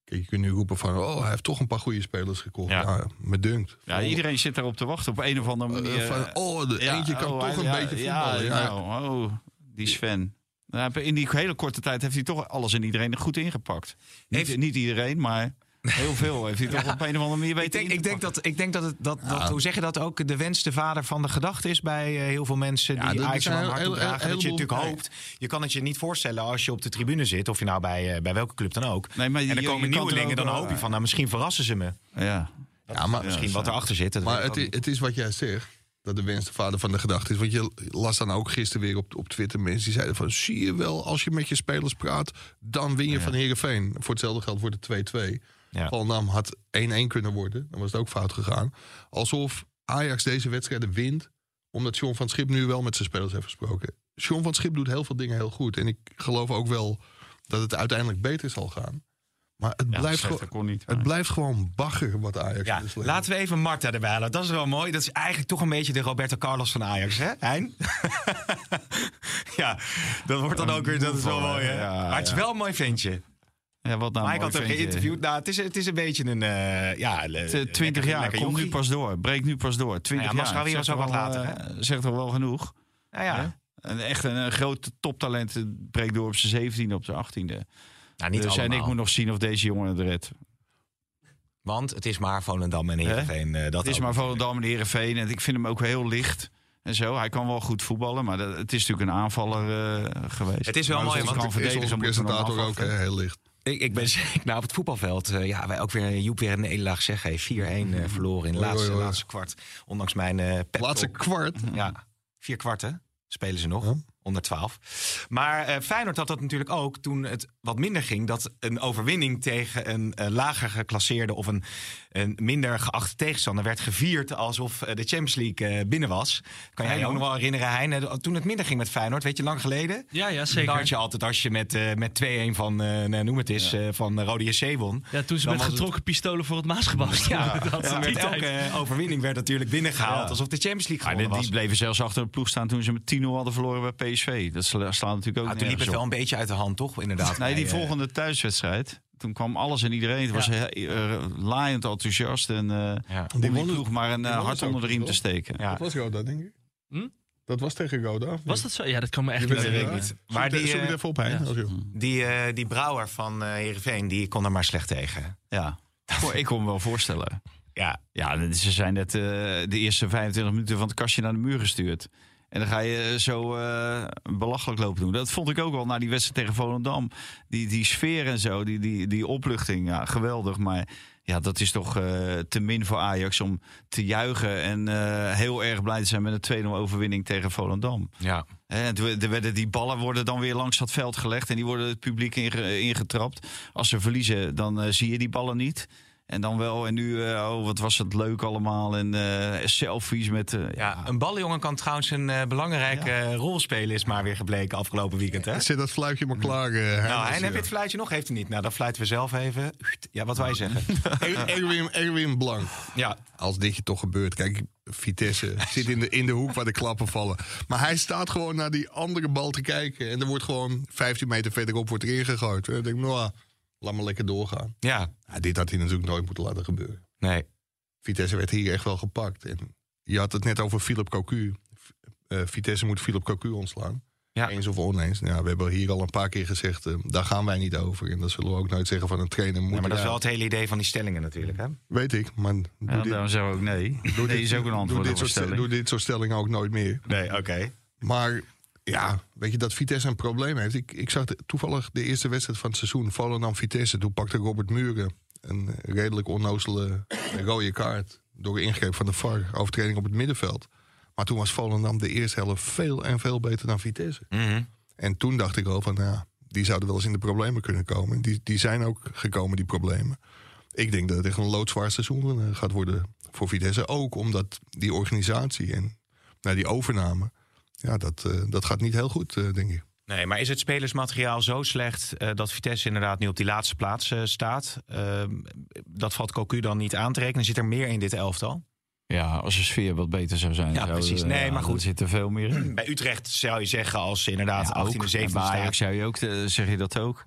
Speaker 4: Kijk, je kunt nu roepen van, oh, hij heeft toch een paar goede spelers gekocht.
Speaker 3: Ja.
Speaker 4: Ja, me dunkt.
Speaker 5: Ja,
Speaker 4: Oh,
Speaker 5: iedereen zit daarop te wachten op een of andere
Speaker 4: eh,
Speaker 5: manier.
Speaker 4: van, oh, de
Speaker 5: Ja,
Speaker 4: eentje kan
Speaker 5: oh,
Speaker 4: toch
Speaker 5: hij-
Speaker 4: een
Speaker 5: ja,
Speaker 4: beetje
Speaker 5: ja,
Speaker 4: voetballen. Ja,
Speaker 5: nou, oh, die Sven. Nou, hij heeft In die hele korte tijd heeft hij toch alles en iedereen goed ingepakt. Niet,
Speaker 3: Heeft-
Speaker 5: niet iedereen, maar heel
Speaker 3: [laughs]
Speaker 5: veel heeft hij toch op een of andere manier weten
Speaker 3: Ik denk,
Speaker 5: in
Speaker 3: ik
Speaker 5: te
Speaker 3: denk
Speaker 5: pakken.
Speaker 3: dat, ik denk dat, het, dat, dat hoe zeg je dat ook, de wens de vader van de gedachte is bij eh, heel veel mensen
Speaker 4: Ja,
Speaker 3: die
Speaker 4: dat-
Speaker 3: Ajax
Speaker 4: dat
Speaker 3: aan
Speaker 4: zijn
Speaker 3: hun hart
Speaker 4: heel-
Speaker 3: dragen.
Speaker 4: heel-
Speaker 3: dat je natuurlijk
Speaker 4: heleboel-
Speaker 3: hoopt. Je kan het je niet voorstellen als je op de tribune zit, of je nou bij, eh, bij welke club dan ook.
Speaker 5: Nee, maar
Speaker 3: en
Speaker 5: je-
Speaker 3: er
Speaker 5: je
Speaker 3: komen
Speaker 5: kan er
Speaker 3: nieuwelingen,
Speaker 5: ook
Speaker 3: dan
Speaker 5: wel-
Speaker 3: hoop je van, nou misschien verrassen ze me.
Speaker 5: Ja.
Speaker 4: Ja, maar,
Speaker 3: Misschien wat erachter zit. dat
Speaker 4: maar
Speaker 3: weet ik
Speaker 4: het,
Speaker 3: ook
Speaker 4: i-
Speaker 3: niet.
Speaker 4: het is wat jij zegt, dat de wens de vader van de gedachte is. Want je las dan ook gisteren weer op, op Twitter mensen die zeiden van... zie je wel, als je met je spelers praat, dan win je van Heerenveen. Voor hetzelfde geld wordt het 2-2.
Speaker 3: Ja.
Speaker 4: Volendam had 1-1 kunnen worden. Dan was het ook fout gegaan. Alsof Ajax deze wedstrijden wint. Omdat John van Schip nu wel met zijn spelers heeft gesproken. John van Schip doet heel veel dingen heel goed. En ik geloof ook wel dat het uiteindelijk beter zal gaan. Maar het, blijft,
Speaker 5: slechter
Speaker 4: gewoon-
Speaker 5: kon niet,
Speaker 4: het
Speaker 5: maar-
Speaker 4: blijft gewoon bagger wat Ajax
Speaker 3: Ja,
Speaker 4: in de slecht-
Speaker 3: laten we even Marta erbij halen. Dat is wel mooi. Dat is eigenlijk toch een beetje de Roberto Carlos van Ajax, hè? Hein? [laughs] ja, dat wordt dan ook weer. Dat is wel mooi, hè?
Speaker 5: ja,
Speaker 3: maar het is
Speaker 5: ja.
Speaker 3: wel een mooi ventje.
Speaker 5: Ja, wat nou
Speaker 3: maar ik had hem
Speaker 5: mooi ventje.
Speaker 3: geïnterviewd. Nou, het is, het is een beetje een... eh ja, le-
Speaker 5: T- 20
Speaker 3: lekker-
Speaker 5: jaar,
Speaker 3: lekker
Speaker 5: komt nu
Speaker 3: jochie.
Speaker 5: pas door. Breekt nu pas door. 20
Speaker 3: Ja,
Speaker 5: jaar.
Speaker 3: Masraoui
Speaker 5: Zegt
Speaker 3: was ook
Speaker 5: toch
Speaker 3: wat
Speaker 5: wel,
Speaker 3: later,
Speaker 5: eh, Zegt toch wel genoeg.
Speaker 3: Nou ja.
Speaker 5: Hè? Een, echt een, een groot toptalent eh, breekt door op zijn 17e, op zijn 18e.
Speaker 10: Nou, niet
Speaker 5: dus en
Speaker 10: allemaal.
Speaker 5: ik moet nog zien of deze jongen het redt.
Speaker 10: Want het is maar Volendam en Heerenveen. eh, dat
Speaker 5: Het is
Speaker 10: ook.
Speaker 5: maar Volendam en Heerenveen. En ik vind hem ook heel licht. En zo. Hij kan wel goed voetballen, maar dat, het is natuurlijk een aanvaller eh, geweest.
Speaker 10: Het is wel
Speaker 5: Maar
Speaker 10: mooi,
Speaker 5: als
Speaker 10: want
Speaker 5: hij
Speaker 10: het
Speaker 5: kan
Speaker 4: Is onze
Speaker 5: verdedigen, moeten we hem
Speaker 4: presentator ook
Speaker 5: afwachten.
Speaker 4: eh, heel licht.
Speaker 10: Ik, ik
Speaker 3: [laughs]
Speaker 10: ben nou, op het voetbalveld. eh, ja, wij ook weer Joep weer een nederlaag zeggen. Hey, 4-1 eh, verloren in het
Speaker 4: Mm-hmm. Oei,
Speaker 10: laatste,
Speaker 4: oei, oei.
Speaker 10: laatste kwart. Ondanks mijn eh pep
Speaker 4: Laatste
Speaker 10: talk.
Speaker 4: kwart.
Speaker 3: [laughs] Ja,
Speaker 10: Vier kwarten spelen ze nog.
Speaker 4: Ja.
Speaker 10: Onder 12.
Speaker 3: Maar eh Feyenoord had dat natuurlijk ook toen het wat minder ging. Dat een overwinning tegen een eh, lager geclasseerde of een, een minder geachte tegenstander werd gevierd alsof eh, de Champions League eh, binnen was. Kan jij je ook nog wel herinneren, Hein? eh, Toen het minder ging met Feyenoord, weet je, lang geleden.
Speaker 9: Ja, ja,
Speaker 3: Dan had
Speaker 9: zeker.
Speaker 3: je altijd als je met, eh, met 2-1 van, eh, nou, noem het eens, eh, van Rode SC won.
Speaker 9: Ja, toen ze
Speaker 3: Dan
Speaker 9: met
Speaker 3: was het-
Speaker 9: getrokken pistolen voor het Maasgebouw stonden. dat
Speaker 3: Dan
Speaker 9: in die
Speaker 3: werd
Speaker 9: tijd.
Speaker 3: elke eh, overwinning werd natuurlijk binnengehaald
Speaker 5: Ja.
Speaker 3: alsof de Champions League
Speaker 5: Ah, die,
Speaker 3: gewonnen
Speaker 5: die
Speaker 3: was.
Speaker 5: bleven zelfs achter de ploeg staan toen ze met 10-0 hadden verloren bij PSV. Dat sla- slaat natuurlijk ook
Speaker 10: Ah, toen liep
Speaker 5: nergens
Speaker 10: het wel
Speaker 5: op.
Speaker 10: een beetje uit de hand, toch? Inderdaad.
Speaker 5: Nee, die
Speaker 10: bij, eh,
Speaker 5: volgende thuiswedstrijd. Toen kwam alles en iedereen. Het was heel- eh, laaiend enthousiast. En eh
Speaker 10: Ja.
Speaker 5: om die
Speaker 4: wonnen-
Speaker 5: ploeg maar een eh,
Speaker 4: wonnen
Speaker 5: hart
Speaker 4: ze ook
Speaker 5: onder de
Speaker 4: goed,
Speaker 5: riem te
Speaker 4: hoor.
Speaker 5: steken.
Speaker 3: Ja.
Speaker 4: Dat was Roda, denk ik.
Speaker 9: Hm?
Speaker 4: Dat was tegen Roda.
Speaker 9: Was dat zo? Ja, dat kan me echt
Speaker 4: Ik
Speaker 9: niet
Speaker 4: weet het
Speaker 9: herinneren.
Speaker 4: niet.
Speaker 3: Maar die,
Speaker 4: Zoek het
Speaker 3: eh,
Speaker 4: even op, Hein.
Speaker 9: ja.
Speaker 4: als je-
Speaker 10: Die, eh, die Brouwer van eh Heerenveen, die kon er maar slecht tegen.
Speaker 5: Ja. Voor- Ik kon me wel voorstellen.
Speaker 10: Ja,
Speaker 5: Ja, dat is- ze zijn net eh, de eerste 25 minuten van het kastje naar de muur gestuurd. En dan ga je zo eh, belachelijk lopen doen. Dat vond ik ook wel na die wedstrijd tegen Volendam. Die, die sfeer en zo, die, die, die opluchting, ja, geweldig. Maar ja, dat is toch eh, te min voor Ajax om te juichen... en eh, heel erg blij te zijn met een 2-0 overwinning tegen Volendam.
Speaker 10: ja.
Speaker 5: Hè, en toen- er werden die ballen worden dan weer langs dat veld gelegd en die worden het publiek inge- ingetrapt. Als ze verliezen, dan eh, zie je die ballen niet. En dan wel, en nu, eh, oh, wat was het leuk allemaal. En eh, selfies met. eh, ja.
Speaker 10: ja. Een ballenjongen kan trouwens een eh, belangrijke eh, rol spelen, is maar weer gebleken afgelopen weekend. Hè?
Speaker 4: Zit dat fluitje maar klaar, eh, Hein.
Speaker 3: Nou,
Speaker 4: als
Speaker 3: Hein,
Speaker 4: je-
Speaker 3: heb je het fluitje nog? Heeft hij niet. Nou, dan fluiten we zelf even. Ja, wat wij [laughs] zeggen.
Speaker 4: Ed- Edwin, Edwin Blank.
Speaker 3: Ja,
Speaker 4: Als dit je toch gebeurt. Kijk,
Speaker 3: [laughs]
Speaker 4: Vitesse zit in de, in de hoek waar de klappen vallen. Maar hij staat gewoon naar die andere bal te kijken. En er wordt gewoon 15 meter verderop wordt erin gegooid. En ik denk, nou, laat maar lekker doorgaan.
Speaker 3: ja.
Speaker 4: Ja, dit had hij natuurlijk nooit moeten laten gebeuren.
Speaker 3: Nee.
Speaker 4: Vitesse werd hier echt wel gepakt. En je had het net over Philip Cocu. Eh, Vitesse moet Philip Cocu ontslaan.
Speaker 3: Ja.
Speaker 4: Eens of oneens. Nou, Ja, we hebben hier al een paar keer gezegd, eh, daar gaan wij niet over. En dat zullen we ook nooit zeggen van een trainer. Moet
Speaker 3: Ja, maar dat is
Speaker 4: hij
Speaker 3: wel het hele idee van die stellingen natuurlijk. Hè?
Speaker 4: Weet ik, maar doe
Speaker 5: En
Speaker 4: dit,
Speaker 5: daarom zeggen we ook nee.
Speaker 4: doe
Speaker 5: nee
Speaker 4: dit-
Speaker 5: is ook een antwoord
Speaker 4: doe
Speaker 5: op
Speaker 4: dit,
Speaker 5: een
Speaker 4: soort, stel-
Speaker 5: stelling.
Speaker 4: doe dit soort stellingen ook nooit meer.
Speaker 3: Nee, oké.
Speaker 4: Maar ja, weet je dat Vitesse een probleem heeft? Ik, ik zag de- toevallig de eerste wedstrijd van het seizoen, Volendam-Vitesse. Toen pakte Robert Muren een redelijk onnozele rode kaart... door een ingreep van de VAR, overtreding op het middenveld. Maar toen was Volendam de eerste helft veel en veel beter dan Vitesse. En toen dacht ik al van, ja, die zouden wel eens in de problemen kunnen komen. Die, die zijn ook gekomen, die problemen. Ik denk dat het echt een loodzwaar seizoen eh, gaat worden voor Vitesse. Ook omdat die organisatie en nou, die overname... Ja, dat, eh, dat gaat niet heel goed, eh, denk ik.
Speaker 3: Nee, maar is het spelersmateriaal zo slecht eh, dat Vitesse inderdaad nu op die laatste plaats eh, staat? Ehm, dat valt Cocu dan niet aan te rekenen. Zit er meer in dit elftal?
Speaker 5: Ja, als de sfeer wat beter zou zijn.
Speaker 3: Ja,
Speaker 5: zou,
Speaker 3: precies.
Speaker 5: eh,
Speaker 3: Nee, maar
Speaker 5: dan
Speaker 3: goed.
Speaker 5: zit er veel meer [clears throat] in.
Speaker 3: Bij Utrecht zou je zeggen als ze inderdaad
Speaker 5: Ja,
Speaker 3: 18 en
Speaker 5: ook.
Speaker 3: 17
Speaker 5: En bij Ajax
Speaker 3: staat.
Speaker 5: zou je ook, eh, zeg je dat ook.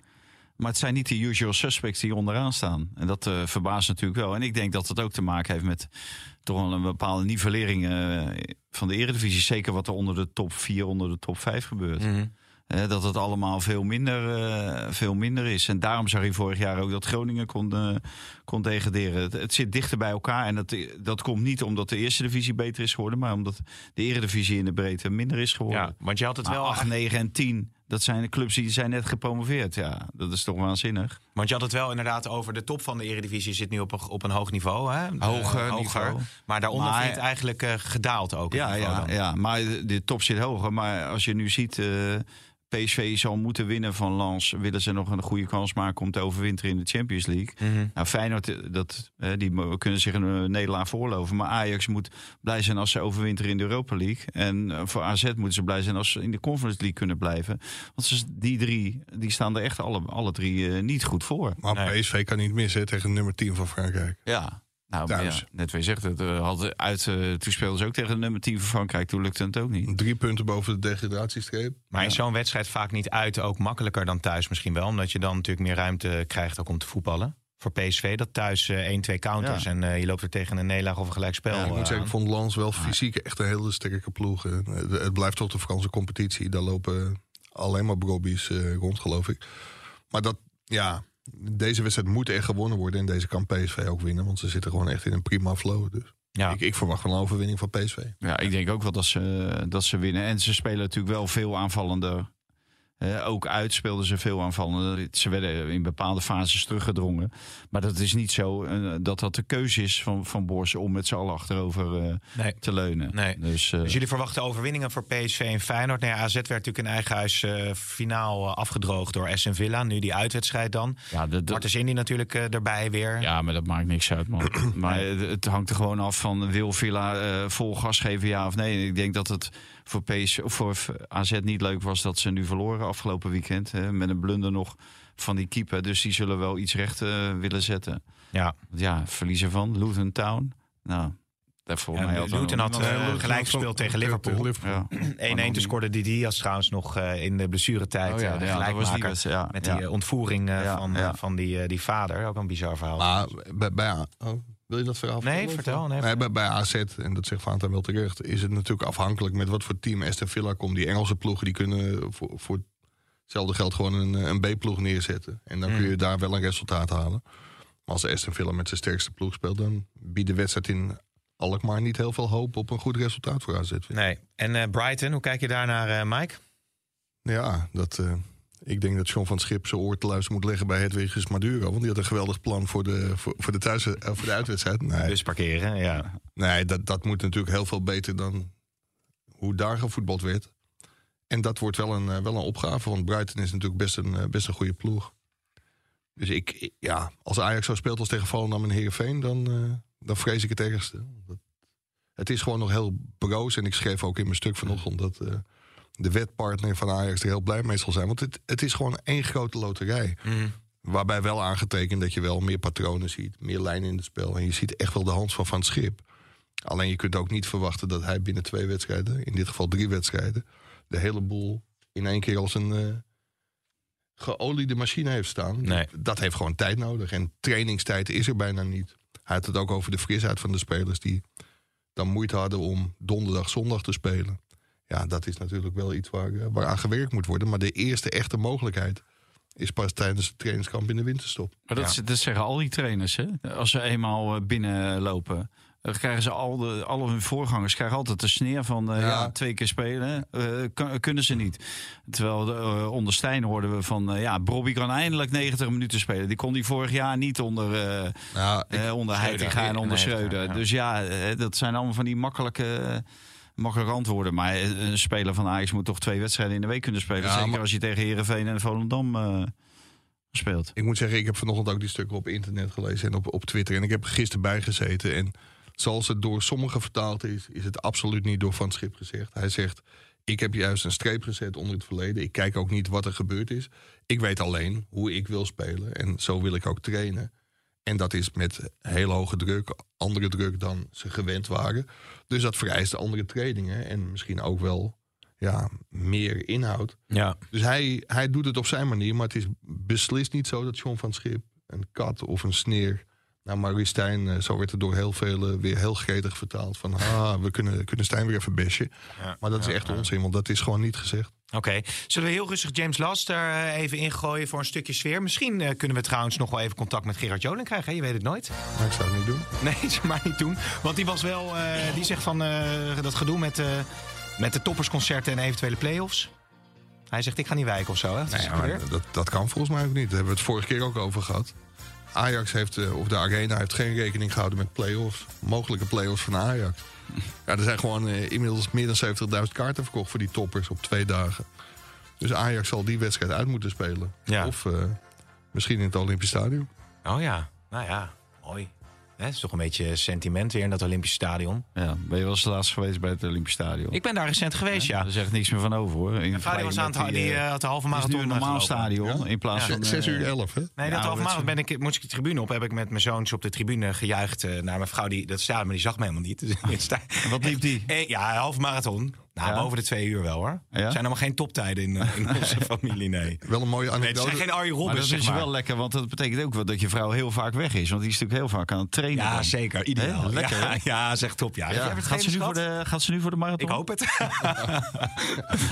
Speaker 5: Maar het zijn niet de usual suspects die onderaan staan. En dat eh, verbaast natuurlijk wel. En ik denk dat dat ook te maken heeft met toch wel een bepaalde nivellering eh, van de eredivisie. Zeker wat er onder de top 4, onder de top 5 gebeurt. Eh, dat het allemaal veel minder, eh, veel minder is. En daarom zag je vorig jaar ook dat Groningen kon, eh, kon degraderen. Het, het zit dichter bij elkaar. En dat, eh, dat komt niet omdat de eerste divisie beter is geworden. Maar omdat de eredivisie in de breedte minder is geworden.
Speaker 3: Ja, want je had het
Speaker 5: Maar
Speaker 3: wel
Speaker 5: 8, 9 Ah, en 10, dat zijn de clubs die zijn net gepromoveerd. Ja, dat is toch waanzinnig.
Speaker 3: Want je had het wel inderdaad over de top van de Eredivisie zit nu op een, op een hoog niveau. Hè? Eh,
Speaker 5: Hoger niveau.
Speaker 3: Maar daaronder
Speaker 5: Maar-
Speaker 3: vindt eigenlijk eh, gedaald ook. het
Speaker 5: Ja,
Speaker 3: niveau
Speaker 5: ja,
Speaker 3: dan.
Speaker 5: ja, maar de, de top zit hoger. Maar als je nu ziet, eh, PSV zal moeten winnen van Lans. Willen ze nog een goede kans maken om te overwinteren in de Champions League?
Speaker 3: Mhm.
Speaker 5: Nou, Feyenoord, eh, dat, eh, die mo- kunnen zich een eh, nederlaag voorloven. Maar Ajax moet blij zijn als ze overwinteren in de Europa League. En eh, voor AZ moeten ze blij zijn als ze in de Conference League kunnen blijven. Want ze, die drie, die staan er echt alle, alle drie eh, niet goed voor.
Speaker 4: Maar PSV kan niet missen hè, tegen nummer 10 van Frankrijk.
Speaker 5: Ja. Nou, maar
Speaker 4: Thuis.
Speaker 5: ja, net wie zegt het. eh, hadden uit, eh, toen speelden ze ook tegen de nummer 10 van Frankrijk. Toen lukte het ook niet.
Speaker 4: Drie punten boven de degradatiestreep.
Speaker 3: Maar is zo'n wedstrijd vaak niet uit ook makkelijker dan thuis misschien wel? Omdat je dan natuurlijk meer ruimte krijgt ook om te voetballen. Voor PSV dat thuis eh, 1-2 counters
Speaker 5: Ja.
Speaker 3: en eh, je loopt er tegen een nederlaag of een gelijkspel.
Speaker 4: Ja, ik
Speaker 3: eh,
Speaker 4: moet zeggen,
Speaker 3: aan.
Speaker 4: ik vond Lans wel fysiek echt een hele sterke ploeg. Eh, Het het blijft toch de Franse competitie. Daar lopen eh, alleen maar brobbies eh, rond, geloof ik. Maar dat, ja, deze wedstrijd moet echt gewonnen worden. En deze kan PSV ook winnen, want ze zitten gewoon echt in een prima flow. Dus
Speaker 3: Ja.
Speaker 4: ik, ik verwacht wel een overwinning van PSV.
Speaker 5: Ja, ik denk ook wel dat ze, eh, dat ze winnen. En ze spelen natuurlijk wel veel aanvallender. Eh, ook uit speelden ze veel aanvallender. Ze werden in bepaalde fases teruggedrongen. Maar dat is niet zo eh, dat dat de keuze is van, van Bors om met z'n allen achterover eh,
Speaker 3: Nee.
Speaker 5: te leunen.
Speaker 3: Nee.
Speaker 5: Dus, eh,
Speaker 3: Dus jullie verwachten overwinningen voor PSV en Feyenoord. Nou ja, AZ werd natuurlijk in eigen huis eh, finaal eh, afgedroogd door SN Villa. Nu die uitwedstrijd dan.
Speaker 5: ja, dat, dat-
Speaker 3: Martens Indy natuurlijk eh, erbij [clears throat] weer.
Speaker 5: ja, maar dat maakt niks uit,
Speaker 3: [clears throat]
Speaker 5: man. maar het, het hangt er gewoon af van wil Villa eh, vol gas geven, ja of nee. En Ik denk dat het voor, PS, of voor AZ niet leuk was dat ze nu verloren afgelopen weekend. hè, met een blunder nog van die keeper. Dus die zullen wel iets recht eh, willen zetten.
Speaker 3: Ja.
Speaker 5: Want ja, verliezen van Luton Town. Nou, daar volgens mij
Speaker 3: Ja,
Speaker 5: had wel
Speaker 3: Luton had
Speaker 5: niemand-
Speaker 3: eh, gelijk gespeeld tegen Liverpool. [clears throat] 1-1
Speaker 5: Ja.
Speaker 3: te scoorde Didi als trouwens nog eh, in de blessuretijd
Speaker 5: Oh
Speaker 3: oh,
Speaker 5: ja, ja, dat was die wedstrijd, ja,
Speaker 3: Met
Speaker 5: ja.
Speaker 3: die eh, ontvoering eh,
Speaker 5: Ja,
Speaker 3: van,
Speaker 5: ja.
Speaker 3: eh, van die, eh, die vader. Ook een bizar verhaal.
Speaker 4: Maar bij, bij A- oh, wil je dat verhaal
Speaker 3: Nee,
Speaker 4: vertellen?
Speaker 3: vertel, nee,
Speaker 4: bij, bij AZ, en dat zegt Vaanta wel terecht, is het natuurlijk afhankelijk met wat voor team Aston Villa komt. Die Engelse ploegen die kunnen voor, voor hetzelfde geld gewoon een, eh, een B-ploeg neerzetten. En dan kun je daar wel een resultaat halen. Maar als Aston Villa met zijn sterkste ploeg speelt, dan biedt de wedstrijd in Alkmaar niet heel veel hoop op een goed resultaat voor AZ. vind ik.
Speaker 3: Nee. En eh, Brighton, hoe kijk je daar naar, eh, Mike?
Speaker 4: Ja, dat, eh, ik denk dat John van Schip zijn oor te luisteren moet leggen bij Hedwigus Maduro. Want die had een geweldig plan voor de, voor, voor de, thuis, eh, voor de uitwedstrijd. Nee.
Speaker 3: Dus parkeren, ja.
Speaker 4: Nee, dat, dat moet natuurlijk heel veel beter dan hoe daar gevoetbald werd. En dat wordt wel een, eh, wel een opgave, want Brighton is natuurlijk best een, eh, best een goede ploeg. Dus ik, ik- ja, als Ajax zo speelt als tegen Volendam en Heerenveen, dan, eh, dan vrees ik het ergste. Dat- Het is gewoon nog heel broos en ik schreef ook in mijn stuk vanochtend dat eh, de wetpartner van Ajax er heel blij mee zal zijn. Want het, het is gewoon één grote loterij. Waarbij wel aangetekend dat je wel meer patronen ziet, meer lijnen in het spel. En je ziet echt wel de hand van Van het Schip. Alleen je kunt ook niet verwachten dat hij binnen twee wedstrijden, in dit geval drie wedstrijden, de hele boel in één keer als een eh, geoliede machine heeft staan.
Speaker 3: Nee.
Speaker 4: Dat heeft gewoon tijd nodig. En trainingstijd is er bijna niet. Hij had het ook over de frisheid van de spelers die dan moeite hadden om donderdag, zondag te spelen. Ja, dat is natuurlijk wel iets waar, eh, waaraan gewerkt moet worden. Maar de eerste echte mogelijkheid is pas tijdens het trainingskamp in de winterstop.
Speaker 5: Maar dat, dat zeggen al die trainers, hè? Als ze eenmaal eh, binnenlopen, dan krijgen ze al de, alle hun voorgangers krijgen altijd de sneer van eh, ja.
Speaker 4: Ja.
Speaker 5: twee keer spelen. eh, kan- kunnen ze niet. Terwijl de, eh, onder Stijn hoorden we van eh, ja, Bobby kan eindelijk 90 minuten spelen. Die kon die vorig jaar niet onder, eh
Speaker 4: Nou, ik-
Speaker 5: eh, onder Heitinga en onder
Speaker 3: Heitinga,
Speaker 5: Schreuder.
Speaker 3: ja.
Speaker 5: Dus ja, eh, dat zijn allemaal van die makkelijke. Makkelijke antwoorden, maar eh, een speler van Ajax moet toch twee wedstrijden in de week kunnen spelen.
Speaker 4: Ja,
Speaker 5: Zeker
Speaker 4: maar-
Speaker 5: als je tegen Herenveen en Volendam eh, speelt.
Speaker 4: Ik moet zeggen, ik heb vanochtend ook die stukken op internet gelezen en op, op Twitter. En ik heb er gisteren bij gezeten. En zoals het door sommigen vertaald is, is het absoluut niet door Van Schip gezegd. Hij zegt, ik heb juist een streep gezet onder het verleden. Ik kijk ook niet wat er gebeurd is. Ik weet alleen hoe ik wil spelen en zo wil ik ook trainen. En dat is met heel hoge druk, andere druk dan ze gewend waren. Dus dat vereist andere trainingen en misschien ook wel ja, meer inhoud.
Speaker 3: Ja.
Speaker 4: Dus hij, hij doet het op zijn manier, maar het is beslist niet zo dat John van Schip een kat of een sneer. Nou, Marie Stijn, eh, zo werd er door heel velen weer heel gretig vertaald. Van, ah, we kunnen, kunnen Stijn weer even besje. maar dat is echt onzin, want dat is gewoon niet gezegd.
Speaker 3: Oké. Zullen we heel rustig James Last er eh, even ingooien voor een stukje sfeer? Misschien eh, kunnen we trouwens nog wel even contact met Gerard Joling krijgen. Hè? Je weet het nooit. [laughs]
Speaker 4: Maar ik zou het niet doen.
Speaker 3: Nee, ze maar niet doen. Want die was wel, eh, die zegt van eh, dat gedoe met, eh, met de toppersconcerten en eventuele play-offs. Hij zegt, ik ga niet wijken of zo. Hè? Wat is er gebeurd?
Speaker 4: dat, dat kan volgens mij ook niet. Daar hebben we het vorige keer ook over gehad. Ajax heeft, eh, of de Arena heeft geen rekening gehouden met play-offs. Mogelijke play-offs van Ajax. Ja, er zijn gewoon eh, inmiddels meer dan 70.000 kaarten verkocht voor die toppers op twee dagen. Dus Ajax zal die wedstrijd uit moeten spelen.
Speaker 3: Ja.
Speaker 4: Of eh, misschien in het Olympisch Stadion.
Speaker 3: Oh ja, nou ja, mooi. Hè, het is toch een beetje sentiment weer in dat Olympisch Stadion.
Speaker 5: Ja, ben je wel eens laatst geweest bij het Olympisch Stadion?
Speaker 3: Ik ben daar recent geweest, ja.
Speaker 5: Er is echt niks meer van over hoor. In
Speaker 3: Vader was aan
Speaker 5: vergelijking
Speaker 3: het, ha-
Speaker 5: met
Speaker 3: die,
Speaker 5: eh,
Speaker 3: eh, had de halve
Speaker 5: het is
Speaker 3: marathon
Speaker 5: nu een normaal
Speaker 3: gelopen.
Speaker 5: stadion in plaats van... eh,
Speaker 4: 6 uur 11, hè?
Speaker 3: Nee,
Speaker 5: Ja,
Speaker 3: dat half
Speaker 5: dat is
Speaker 3: maand ben ik, moest ik de tribune op. Heb ik met mijn zoons op de tribune gejuicht eh, naar mijn vrouw. Die, dat stadion, maar die zag me helemaal niet. [laughs] Dus ik sta-
Speaker 5: Wat liep die?
Speaker 3: Eh, ja, half marathon. Nou,
Speaker 5: Ja.
Speaker 3: boven de twee uur wel hoor.
Speaker 5: Ja?
Speaker 3: zijn allemaal geen toptijden in, eh,
Speaker 5: [laughs]
Speaker 3: in onze familie, nee.
Speaker 4: Wel een mooie
Speaker 3: Nee, het
Speaker 4: anekdote.
Speaker 3: zijn geen Arjen
Speaker 5: Maar
Speaker 3: Robbins,
Speaker 5: dat
Speaker 3: zeg
Speaker 5: is
Speaker 3: maar.
Speaker 5: wel lekker, want dat betekent ook wel dat je vrouw heel vaak weg is. Want die is natuurlijk heel vaak aan het trainen.
Speaker 3: ja,
Speaker 5: dan.
Speaker 3: zeker. Ideaal.
Speaker 5: Hè? Lekker,
Speaker 3: ja,
Speaker 5: hè?
Speaker 3: [laughs] ja, zeg top. Ja.
Speaker 5: Ja. Gaat, ze nu voor de, gaat ze nu voor de marathon?
Speaker 3: Ik hoop het. [laughs]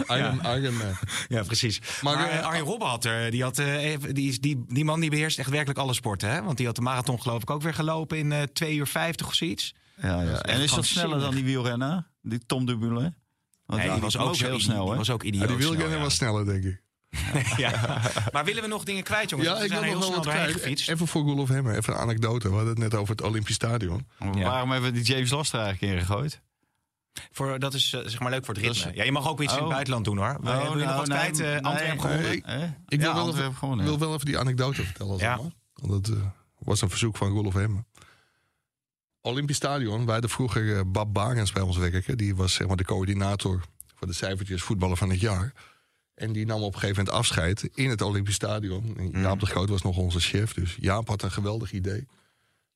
Speaker 4: Iron, Iron Man.
Speaker 3: ja, precies.
Speaker 4: Maar,
Speaker 3: Maar,
Speaker 4: eh,
Speaker 3: eh, Arjen Robben had er. Die, had, eh, even- die, is- die, die man die beheerst echt werkelijk alle sporten. Hè? Want die had de marathon geloof ik ook weer gelopen in eh 2 uur 50 of zoiets.
Speaker 5: Ja, ja. En is
Speaker 3: gewoon
Speaker 5: dat sneller dan die wielrenner? Die Tom Dumoulin? Want
Speaker 3: Nee,
Speaker 5: ja,
Speaker 3: die was
Speaker 5: kwam
Speaker 3: ook, zo-
Speaker 5: heel
Speaker 3: die-
Speaker 5: snel,
Speaker 3: Die
Speaker 5: hè?
Speaker 3: was ook
Speaker 4: Ja,
Speaker 3: idioot
Speaker 4: die wil
Speaker 3: snel,
Speaker 4: jij
Speaker 3: ja. [laughs]
Speaker 4: wel sneller, denk ik.
Speaker 3: Ja. Maar willen we nog dingen kwijt, jongens?
Speaker 4: Ja,
Speaker 3: we
Speaker 4: ik wil
Speaker 3: zijn er
Speaker 4: nog
Speaker 3: heel
Speaker 4: wel
Speaker 3: snel
Speaker 4: wat
Speaker 3: doorheen
Speaker 4: kwijt.
Speaker 3: gefietst.
Speaker 4: Even voor Roelof Hemmer, even een anekdote. We hadden het net over het Olympisch Stadion.
Speaker 3: Ja.
Speaker 5: Waarom hebben we die James Last er eigenlijk ingegooid?
Speaker 3: Voor, dat is eh, zeg maar leuk voor het
Speaker 5: Dat is-
Speaker 3: ritme. Ja, je mag ook iets in het
Speaker 5: Oh.
Speaker 3: buitenland doen, hoor. We
Speaker 5: Oh,
Speaker 3: hebben nog
Speaker 5: nou,
Speaker 3: wat
Speaker 5: nee,
Speaker 3: kwijt. eh
Speaker 5: nee.
Speaker 3: Antwerpen gewonnen.
Speaker 4: Nee, ik-
Speaker 5: Hè?
Speaker 4: Ik
Speaker 5: Ja,
Speaker 4: wil, wel
Speaker 5: Antwerpen
Speaker 4: even,
Speaker 5: gewonnen, ja.
Speaker 4: wil wel even die anekdote vertellen.
Speaker 3: Ja.
Speaker 4: Ja. Want dat eh, was een verzoek van Rolf Hemmer. Olympisch Stadion, wij hadden vroeger eh Bab Barens bij ons werken. Die was zeg maar de coördinator voor de cijfertjes voetballer van het jaar. En die nam op een gegeven moment afscheid in het Olympisch Stadion.
Speaker 5: Mm.
Speaker 4: En Jaap de Groot was nog onze chef, dus Jaap had een geweldig idee.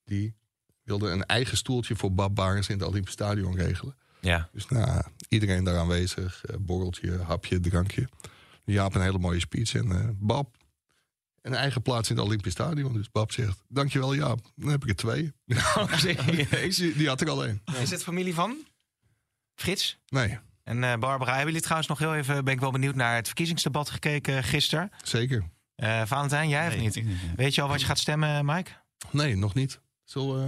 Speaker 4: Die wilde een eigen stoeltje voor Bab Barens in het Olympisch Stadion regelen.
Speaker 3: [laughs] Ja.
Speaker 4: Dus nou, iedereen daar aanwezig. eh, borreltje, hapje, drankje. Jaap een hele mooie speech. En eh, Bab, een eigen plaats in het Olympisch Stadion. Dus Bab zegt, dankjewel Jaap. Dan heb ik er
Speaker 5: [laughs]
Speaker 4: twee. [laughs]
Speaker 3: Oh,
Speaker 4: Die, die had ik al één.
Speaker 3: Is het familie van? Frits?
Speaker 4: Nee,
Speaker 3: En eh, Barbara, hebben jullie trouwens nog heel even... ben ik wel benieuwd naar het verkiezingsdebat gekeken eh, gisteren.
Speaker 4: zeker.
Speaker 3: Eh, Valentijn, jij
Speaker 5: Nee,
Speaker 3: of niet?
Speaker 5: ik niet, ja.
Speaker 3: Weet je al wat je gaat stemmen, Mike?
Speaker 4: Nee, nog niet. Zal eh,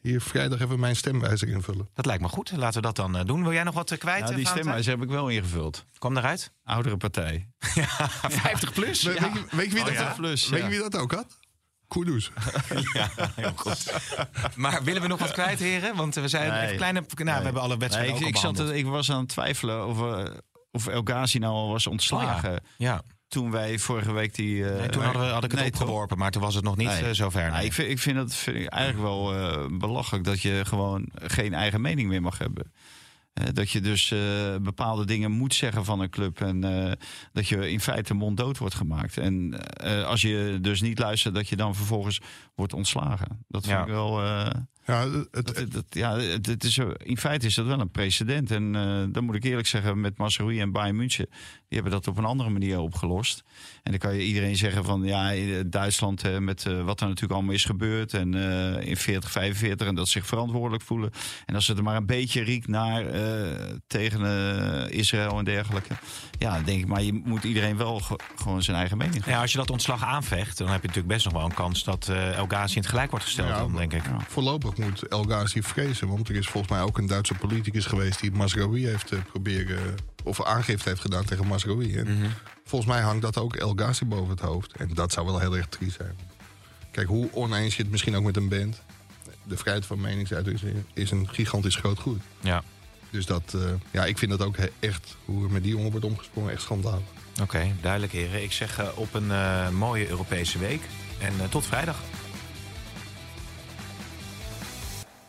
Speaker 4: hier vrijdag even mijn stemwijzer invullen.
Speaker 3: Dat lijkt me goed. Laten we dat dan eh, doen. Wil jij nog wat eh, kwijt,
Speaker 5: Nou,
Speaker 3: eh,
Speaker 5: die
Speaker 3: Valentijn?
Speaker 5: stemwijs heb ik wel ingevuld.
Speaker 3: Kwam eruit?
Speaker 5: Oudere
Speaker 3: [laughs]
Speaker 5: partij.
Speaker 3: 50 plus?
Speaker 4: We- Weet, je, weet je wie dat,
Speaker 5: Dus ja? Plus,
Speaker 4: weet je
Speaker 5: ja.
Speaker 4: wie dat ook had? Kudus.
Speaker 3: Heel goed. Maar willen we nog wat kwijt, heren? Want eh, we zijn
Speaker 5: Nee.
Speaker 3: even kleine... Nou, we hebben alle wedstrijden
Speaker 5: Nee,
Speaker 3: ook
Speaker 5: ik,
Speaker 3: al
Speaker 5: ik, zat,
Speaker 3: behandeld.
Speaker 5: er- ik was aan het twijfelen of, eh, of El Ghazi nou al was ontslagen.
Speaker 3: Oh Ja.
Speaker 5: Toen wij vorige week die... eh,
Speaker 3: Nee, toen hadden we, had ik het
Speaker 5: nee, toch?
Speaker 3: opgeworpen, maar toen was het nog niet
Speaker 5: Nee.
Speaker 3: eh, zover.
Speaker 5: Nou,
Speaker 3: nee.
Speaker 5: ik, vind, ik vind dat vind ik eigenlijk wel eh, belachelijk dat je gewoon geen eigen mening meer mag hebben. Eh, dat je dus eh, bepaalde dingen moet zeggen van een club en eh, dat je in feite monddood wordt gemaakt. En eh, als je dus niet luistert, dat je dan vervolgens wordt ontslagen. Dat vind
Speaker 3: Ja.
Speaker 5: ik wel. eh,
Speaker 4: Ja, het,
Speaker 5: dat, dat- ja, het, het is, zo- in feite is dat wel een precedent. En eh, dan moet ik eerlijk zeggen, met Masaroui en Bayern München... die hebben dat op een andere manier opgelost. En dan kan je iedereen zeggen van... ja, eh, Duitsland eh, met eh, wat er natuurlijk allemaal is gebeurd... en eh, in 40, 45 en dat ze zich verantwoordelijk voelen. En als het er maar een beetje riekt naar eh, tegen eh, Israël en dergelijke... ja, dan denk ik, maar je moet iedereen wel ge- gewoon zijn eigen mening geven.
Speaker 3: Ja, als je dat ontslag aanvecht, dan heb je natuurlijk best nog wel een kans dat eh El Ghazi in het gelijk wordt gesteld,
Speaker 4: Ja,
Speaker 3: dan, denk ik.
Speaker 4: Voorlopig moet El Ghazi vrezen, want er is volgens mij ook een Duitse politicus geweest die Masraoui heeft eh, proberen of aangifte heeft gedaan tegen Masraoui. En Volgens mij hangt dat ook El Ghazi boven het hoofd en dat zou wel heel erg triest zijn. Kijk, hoe oneens je het misschien ook met een band, de vrijheid van meningsuiting is- is een gigantisch groot goed.
Speaker 3: Ja,
Speaker 4: Dus dat, eh, ja, ik vind dat ook he- echt hoe er met die jongen wordt omgesprongen echt schandalig.
Speaker 3: oké, duidelijk heren. Ik zeg eh, op een eh, mooie Europese week en eh, tot vrijdag.